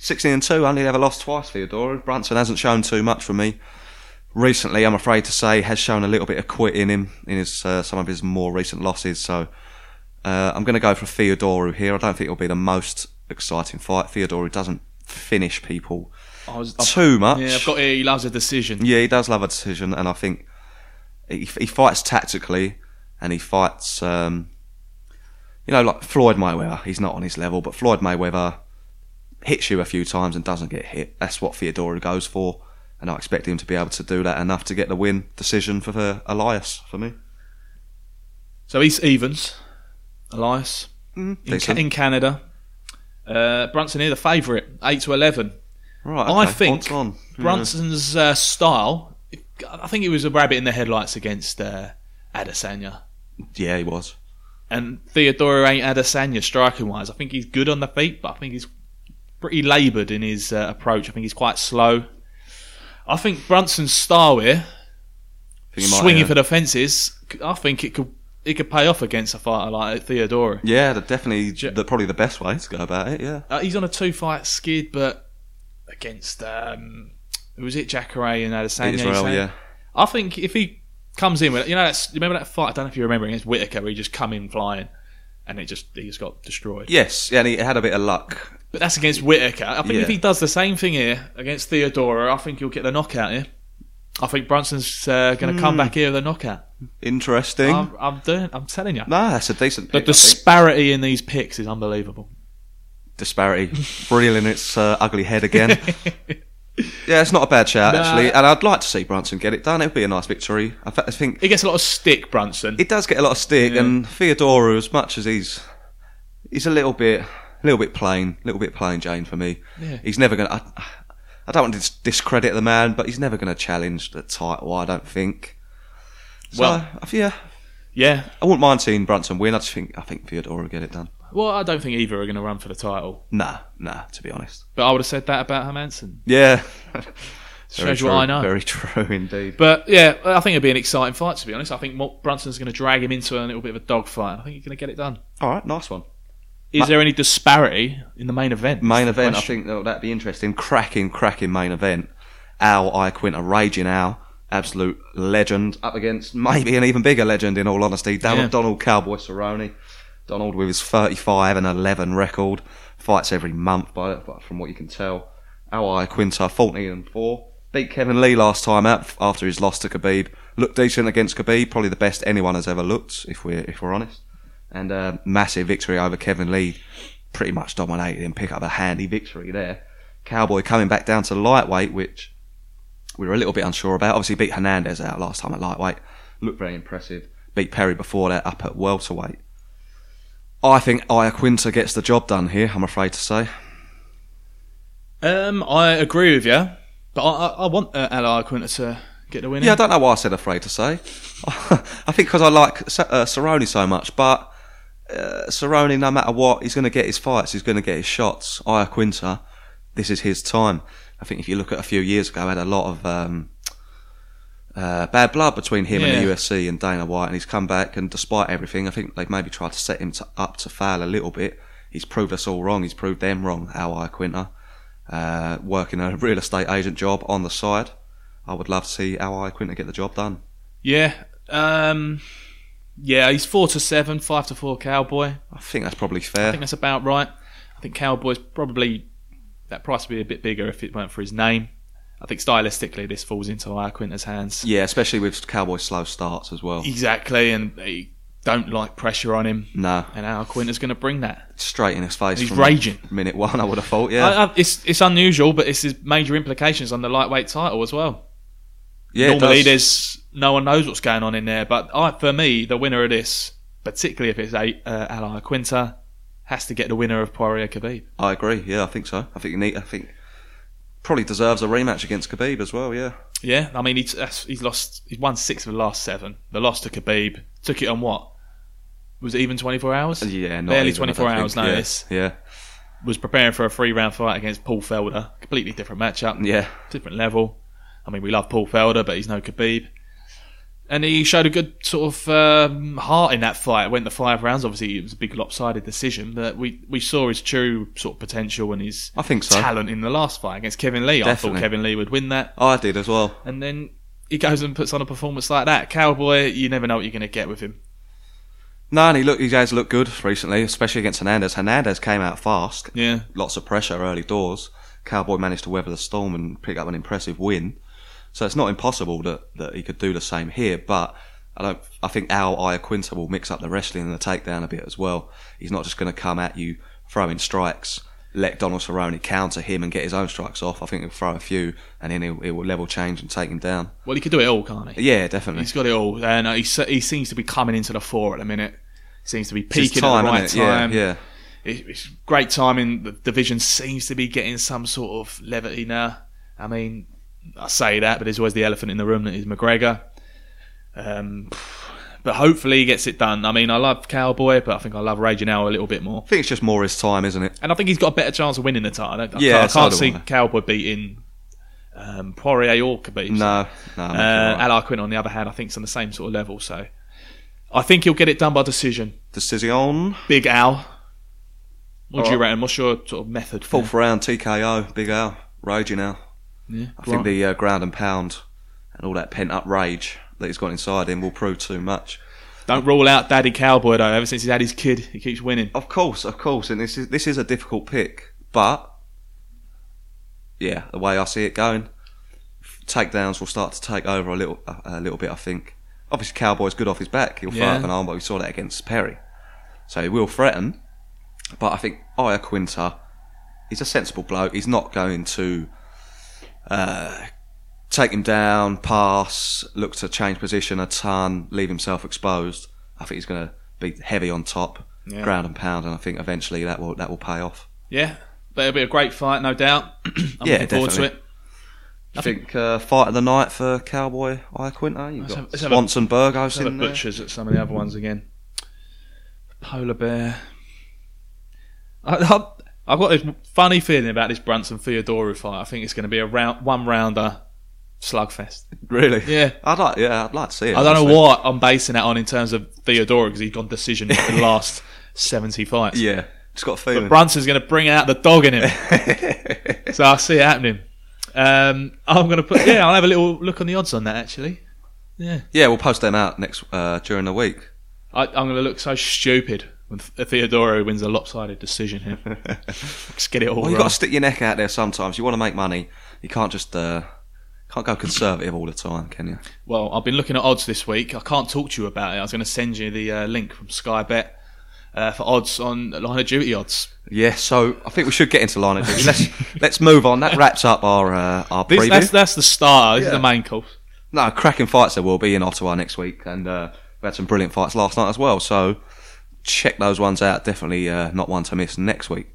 16 and 2, only ever lost twice, Theodore. Brunson hasn't shown too much for me. Recently, I'm afraid to say, has shown a little bit of quit in him in his uh, some of his more recent losses. So uh, I'm going to go for Theodore here. I don't think it'll be the most exciting fight. Theodore doesn't finish people I was, I've- too much. Oh, yeah, I've got here. He loves a decision. Yeah, he does love a decision, and I think he, he fights tactically, and he fights. Um, you know, like Floyd Mayweather, he's not on his level, but Floyd Mayweather hits you a few times and doesn't get hit. That's what Theodora goes for, and I expect him to be able to do that enough to get the win decision for uh, Elias for me. So he's evens. Elias Mm, in, Ca- in Canada. Uh, Brunson here, the favourite, eight to eleven. right? I okay, think odds on. Yeah. Brunson's uh, style. I think he was a rabbit in the headlights against uh, Adesanya. Yeah, he was. And Theodoro ain't Adesanya striking wise. I think he's good on the feet, but I think he's pretty laboured in his uh, approach. I think he's quite slow. I think Brunson's style here, I think he might, swinging yeah. for the fences, I think it could it could pay off against a fighter like Theodoro. Yeah, that definitely. Ju- The, probably the best way to go about it. Yeah. Uh, he's on a two fight skid, but against um, who was it? Jacare and Adesanya. you Israel, say? yeah. I think if he comes in with you know that's, you remember that fight. I don't know if you remember against Whitaker, where he just come in flying, and it just he just got destroyed. Yes, yeah, and he had a bit of luck. But that's against Whitaker. I think Yeah. if he does the same thing here against Theodora, I think he'll get the knockout here. I think Brunson's uh, going to Hmm. come back here with a knockout. Interesting. I'm, I'm doing. I'm telling you. No, that's a decent The pick, I think. disparity in these picks is unbelievable. disparity. Brill in its uh, ugly head again. yeah, it's not a bad shout, Nah. actually. And I'd like to see Brunson get it done. It would be a nice victory. I, fa- I think <laughs> He gets a lot of stick, Brunson. it does get a lot of stick, Yeah. and Theodora, as much as he's he's a little bit a little bit plain, a little bit plain Jane for me. Yeah. He's never going to. I don't want to dis- discredit the man, but he's never going to challenge the title, I don't think. So, Well- I- yeah, yeah. I wouldn't mind seeing Brunson win. I just think I think Theodora get it done. Well, I don't think either are going to run for the title. Nah, nah, to be honest. But I would have said that about Hermanson. Yeah. Very shows you what true, I know. Very <laughs> true indeed. But yeah, I think it'd be an exciting fight to be honest. I think Mo- Brunson's going to drag him into a little bit of a dogfight. I think he's going to get it done. All right, nice one. Is there any disparity in the main event? Main That's the event, I question. think that- that'd be interesting. Cracking, cracking main event. Al I Quinta, raging Al, absolute legend, up against maybe an even bigger legend in all honesty, Don- Yeah. Donald Cowboy Cerrone. Donald with his 35 and 11 record, fights every month by, by- from what you can tell. Al I Quinta, 14 and 4. Beat Kevin Lee last time out f- after his loss to Khabib. Looked decent against Khabib, probably the best anyone has ever looked, if we're, if we're honest. and a massive victory over Kevin Lee. Pretty much dominated him, pick up a handy victory there. Cowboy coming back down to lightweight, which we were a little bit unsure about. Obviously, beat Hernandez out last time at lightweight. Looked very impressive. Beat Perry before that up at welterweight. I think Iaquinta gets the job done here, I'm afraid to say. Um, I agree with you, but I, I, I want uh, Ally Quinter to get the win. Yeah, I here. don't know why I said afraid to say. <laughs> I think because I like Sa- uh, Cerrone so much, but uh, Cerrone, no matter what, he's going to get his fights, he's going to get his shots. Aya Quinta, this is his time. I think if you look at a few years ago, I had a lot of um, uh, bad blood between him Yeah. and the UFC and Dana White, and he's come back. And despite everything, I think they've maybe tried to set him to, up to fail a little bit. He's proved us all wrong. He's proved them wrong, our Quinter. Uh, working a real estate agent job on the side. I would love to see our Quinter get the job done. Yeah. Um, yeah, he's four to seven, five to four Cowboy. I think that's probably I fair. think that's about right. I think Cowboy's probably that price would be a bit bigger if it weren't for his name. I think stylistically this falls into our Quinter's hands. yeah, especially with Cowboys' slow starts as well. Exactly, and they don't like pressure on him. No, And our Quinter's going to bring that. straight in his face. He's from raging. Minute one, I would have thought. Yeah, I, I, it's it's unusual, but it's his major implications on the lightweight title as well. yeah. it Normally, does. there's no one knows what's going on in there, but I, for me, the winner of this, particularly if it's a, uh, Ally Quinta, has to get the winner of Poirier Khabib. I agree. Yeah, I think so. I think you need. I think probably deserves a rematch against Khabib as well. Yeah, Yeah, I mean, he's that's- he's lost, he's won six of the last seven. The loss to Khabib took it on what was it even 24 hours? yeah. Not barely even, I 24 don't hours think. notice. Yeah, Was preparing for a three round fight against Paul Felder, completely different matchup, yeah. yeah. different level. I mean, we love Paul Felder, but he's no Khabib. And he showed a good sort of um, heart in that fight. It Went the five rounds. Obviously, it was a big lopsided decision, but we, we saw his true sort of potential and his I think so. talent in the last fight against Kevin Lee. I Definitely. thought Kevin Lee would win that, I did as well. and then he goes and puts on a performance like that. Cowboy, you never know what you're going to get with him. No, and he look. He has looked good recently, especially against Hernandez. Hernandez came out fast. Yeah, Lots of pressure early doors. Cowboy managed to weather the storm and pick up an impressive win. So it's not impossible that, that he could do the same here, but I don't. I think Al Iaquinta will mix up the wrestling and the takedown a bit as well. He's not just going to come at you throwing strikes. Let Donald Cerrone counter him and get his own strikes off. I think he'll throw a few and then he'll, he'll level change and take him down. well, he could do it all, can't he? Yeah, definitely. He's got it all, and uh, he se- he seems to be coming into the fore at the minute. Seems to be It's his peaking at the right isn't it? time. Yeah, yeah. it- it's great timing. The division seems to be getting some sort of levity now. I mean, I say that, but there's always the elephant in the room that is McGregor. Um, but hopefully he gets it done. I mean, I love Cowboy, but I think I love Raging Hour a little bit more. I think it's just more his time, isn't it? And I think he's got a better chance of winning the title. I, don't- I Yeah, can't, I so can't do see I. Cowboy beating um, Poirier or Khabib. No, no. Uh, I'm not sure. Alarquin, on the other hand, I think is on the same sort of level. So I think he'll get it done by decision. Decision. Big Al. What do you Alright. reckon? What's your sort of method? for Fourth round, TKO, Big Al, raging Al. Yeah, I think the uh, ground and pound and all that pent up rage that he's got inside him will prove too much. Don't rule out Daddy Cowboy though. Ever since he's had his kid, he keeps winning. Of course, of course, and this is this is a difficult pick, but yeah, the way I see it going, takedowns will start to take over a little a, a little bit. I think obviously Cowboy's good off his back. He'll throw Yeah. up an armbar. We saw that against Perry, so he will threaten. But I think Aya Quinta, he's a sensible bloke. He's not going to uh, take him down, pass, look to change position a ton, leave himself exposed. I think he's going to be heavy on top, Yeah. ground and pound, and I think eventually that will that will pay off. Yeah, but it'll be a great fight, no doubt. <clears throat> I'm Yeah, looking forward to definitely. it. I think uh, fight of the night for Cowboy Iaquinta. You've Let's got have- let's have a- Swanson Burgos Some of in the there. butchers at some of the other ones again. Polar bear. I, I, I've got this funny feeling about this Brunson Theodora fight. I think it's going to be a round, one rounder slugfest. Really? Yeah. I'd like. Yeah, I'd like to see it. I don't know honestly. what I'm basing that on in terms of Theodora because he's gone decision <laughs> for the last 70 fights. Yeah, just got a feeling. But Brunson's going to bring out the dog in him. so I see it happening. Um, I'm going to put. Yeah, I'll have a little look on the odds on that actually. Yeah, <laughs> yeah, we'll post them out next uh, during the week. I, I'm going to look so stupid when Th- Theodoro wins a lopsided decision <laughs> here. Let's get it all Well, you've got wrong. to stick your neck out there sometimes. You want to make money. You can't just uh, can't go conservative all the time, can you? Well, I've been looking at odds this week. I can't talk to you about it. I was going to send you the uh, link from Sky Bet uh, for odds on line of duty odds. Yeah. So I think we should get into line of duty. Let's let's move on. That wraps up our uh, our This, preview. that's that's the star. This is Yeah. the main course. No, cracking fights there will be in Ottawa next week, and uh, we had some brilliant fights last night as well. So check those ones out. Definitely uh, not one to miss next week.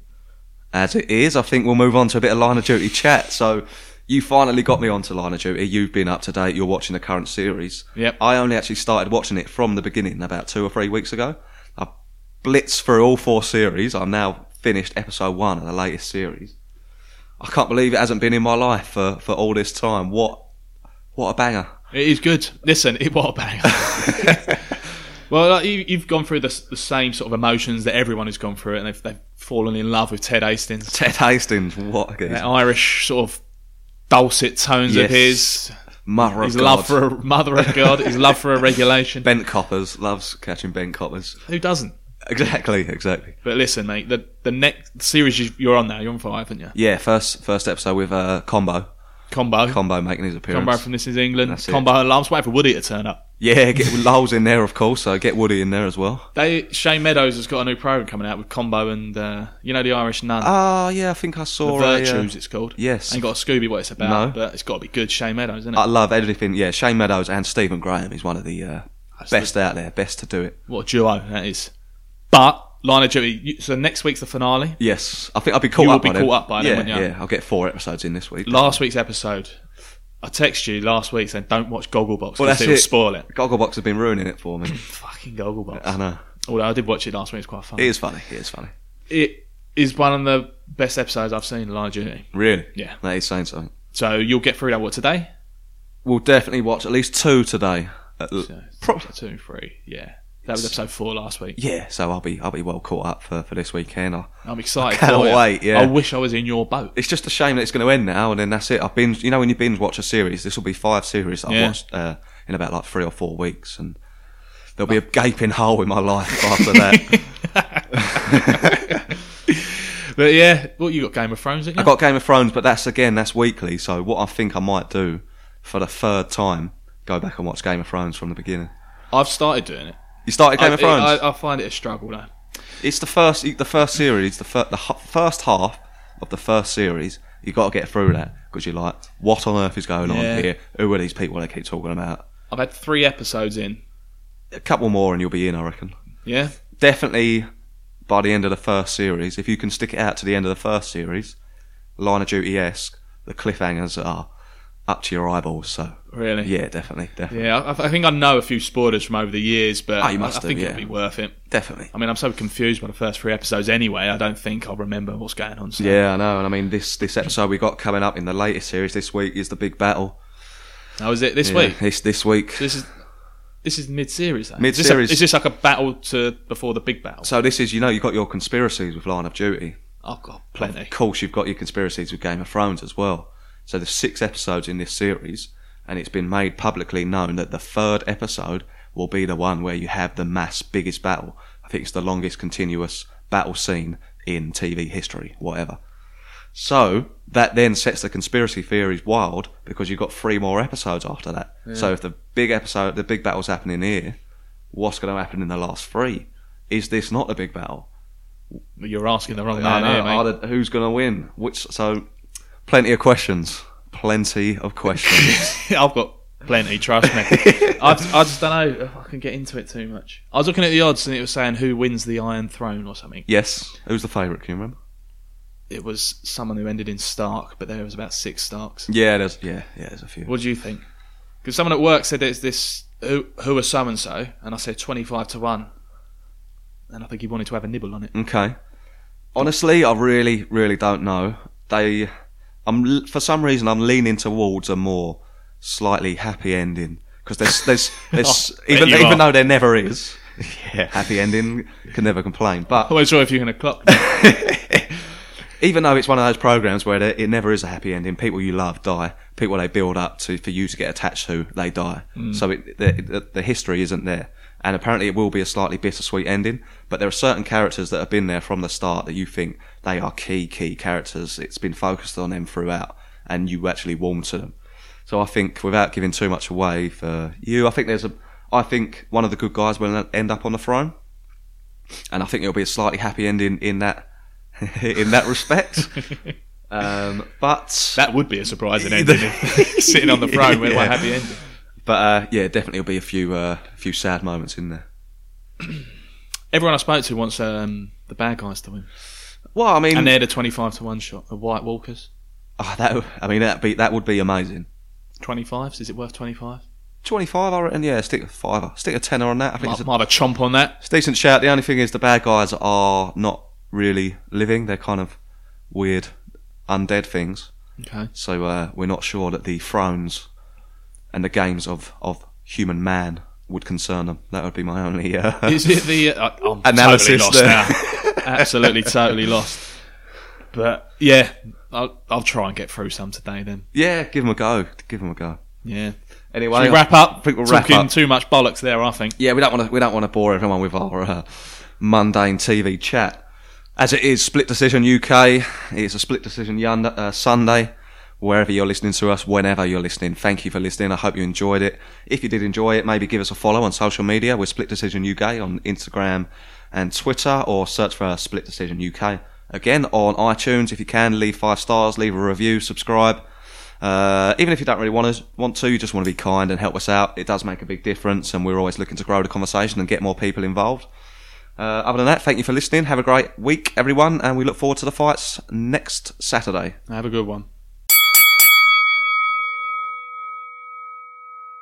As it is, I think we'll move on to a bit of line of duty chat. So you finally got me onto line of duty. You've been up to date. You're watching the current series. Yep. I only actually started watching it from the beginning about two or three weeks ago. I blitzed through all four series. I'm now finished episode one of the latest series. I can't believe it hasn't been in my life for, for all this time. What what a banger! It is good. Listen, it what <laughs> a bang. well, like, you, you've gone through the, s- the same sort of emotions that everyone has gone through, it, and they've, they've fallen in love with Ted Hastings. Ted Hastings, what a That geezer. Irish sort of dulcet tones Yes. of his, Mother of his God. love for a mother of God, his <laughs> love for a regulation. Bent coppers. Loves catching bent coppers. <laughs> Who doesn't? Exactly, exactly. But listen, mate, the the next series you- you're on now, you're on five, haven't you? Yeah, first first episode with uh, Combo. Combo. Combo making his appearance. Combo from This Is England. That's it. Combo alarms. Waiting for Woody to turn up. yeah, get Lowell's in there, of course, so get Woody in there as well. They Shane Meadows has got a new program coming out with Combo and uh, you know the Irish nun, Ah, yeah, I think I the saw a, uh, Virtues. it's called. yes. ain't got a Scooby what it's about, No. but it's got to be good. Shane Meadows, isn't it? I love anything. Yeah, Shane Meadows and Stephen Graham is one of the uh, Absolute- best out there, best to do it. what a duo that is. But Line of Duty. you- So next week's the finale. Yes, I think I'll be caught You will up be by then. caught up by then, yeah, won't you? yeah. I'll get four episodes in this week. Last week's episode. I text you last week saying don't watch Gogglebox Well, because that's it'll it. spoil it. Gogglebox has been ruining it for me. <laughs> Fucking Gogglebox. I know. Although I did watch it last week, it's quite fun. Um, It is funny. It is funny. it is one of the best episodes I've seen in Line of Duty. Really? Yeah. That is saying something. So you'll get through that what today? We'll definitely watch at least two today. Uh, At l- So, Pro- two, three, yeah. That was episode four last week. yeah, so I'll be I'll be well caught up for, for this weekend. I, I'm excited. I cannot for you. wait, yeah. I wish I was in your boat. it's just a shame that it's going to end now, and then that's it. I've binge, you know, when you binge watch a series, this will be five series that Yeah. I've watched uh, in about like three or four weeks, and there'll be a gaping hole in my life after <laughs> that. But yeah, well, you got Game of Thrones, didn't you? I got Game of Thrones, but that's again that's weekly. So what I think I might do for the third time, go back and watch Game of Thrones from the beginning. I've started doing it. You started Game I, of Thrones. I, I find it a struggle though. it's the first the first series, the, fir- the hu- first half of the first series. You got to get through that because you're like, what on earth is going Yeah. on here? Who are these people they keep talking about? I've had three episodes in. A couple more and you'll be in, I reckon. Yeah, definitely by the end of the first series, if you can stick it out to the end of the first series, Line of Duty esque, the cliffhangers are up to your eyeballs. So really. yeah, definitely, definitely, Yeah, I, I think I know a few spoilers from over the years, but Oh, you must I, I do, think yeah. it'll be worth it. definitely. I mean, I'm so confused by the first three episodes anyway. I don't think I'll remember what's going on. So. Yeah, I know. And I mean, this this episode we got coming up in the latest series this week is the big battle. That was it this Yeah, week. it's this week. This is this is mid series. Mid-series. Is this like a battle to before the big battle? So this is, you know, you've got your conspiracies with Line of Duty. I've got plenty. Of course, you've got your conspiracies with Game of Thrones as well. So there's six episodes in this series, and it's been made publicly known that the third episode will be the one where you have the mass biggest battle. I think it's the longest continuous battle scene in TV history, whatever. So that then sets the conspiracy theories wild because you've got three more episodes after that. So if the big episode, the big battle's happening here, what's going to happen in the last three? Is this not the big battle? Oh, You're asking the wrong I man here, mate. know. I'd- who's going to win? Which so, plenty of questions. Plenty of <laughs> questions. I've got plenty, trust me. <laughs> I, I just don't know if I can get into it too much. I was looking at the odds and it was saying who wins the Iron Throne or something. yes. Who's the favourite? Can you remember? It was someone who ended in Stark, but there was about six Starks. Yeah, there's yeah, yeah, there's a few. What do you think? Because someone at work said there's this who, who are so and so, and I said 25 to 1. And I think he wanted to have a nibble on it. <laughs> Okay. Honestly, I really, really don't know. They, I'm l- for some reason I'm leaning towards a more slightly happy ending because there's <laughs> there's there's Oh, there even you are. even though there never <laughs> is. Yeah, happy ending can never complain. But I wasn't sure if you're going to clock. <laughs> even though it's one of those programs where there- it never is a happy ending, people you love die. People they build up to for you to get attached to, they die. So it, the, the, the history isn't there. And apparently, it will be a slightly bittersweet ending. But there are certain characters that have been there from the start that you think they are key, key characters. It's been focused on them throughout, and you actually warm to them. So I think, without giving too much away for you, I think there's a. I think one of the good guys will end up on the throne and I think it'll be a slightly happy ending in that <laughs> in that <laughs> respect. um, but That would be a surprising ending. <laughs> if- sitting on the throne with Yeah. a happy ending. but uh, yeah, definitely will be a few uh, few sad moments in there. Everyone I spoke to wants um, the bad guys to win, Well, I mean, and they're the twenty-five to one shot. The White Walkers, oh, that I mean that be that would be amazing. twenty-fives. Is it worth twenty-five? Twenty five, I reckon. Yeah, stick a fiver, stick a tenner on that. I think Might, it's a, might have a chomp on that. it's a decent shout. The only thing is, the bad guys are not really living; they're kind of weird, undead things. Okay. So uh, we're not sure that the thrones and the games of, of human <laughs> man would concern them. That would be my only uh, Is it the uh, I'm <laughs> analysis Totally lost there. now. absolutely, totally lost. But yeah, I'll, I'll try and get through some today then. <laughs> Yeah, give them a go. Give them a go. Yeah. Anyway, Should we wrap up? think we'll wrap uh, Talking up. too much bollocks there, I think. yeah, we don't want to we don't want to bore everyone with our uh, mundane TV chat. As it is, split decision UK. It's a split decision yonder, uh, Sunday. Wherever you're listening to us, whenever you're listening, thank you for listening. I hope you enjoyed it. If you did enjoy it, maybe give us a follow on social media. We're Split Decision UK on Instagram and Twitter, or search for Split Decision UK. Again, on iTunes, if you can, leave five stars, leave a review, subscribe. Uh, even if you don't really want to, want to, you just want to be kind and help us out. It does make a big difference, and we're always looking to grow the conversation and get more people involved. Uh, other than that, thank you for listening. Have a great week, everyone, and we look forward to the fights next Saturday. Have a good one.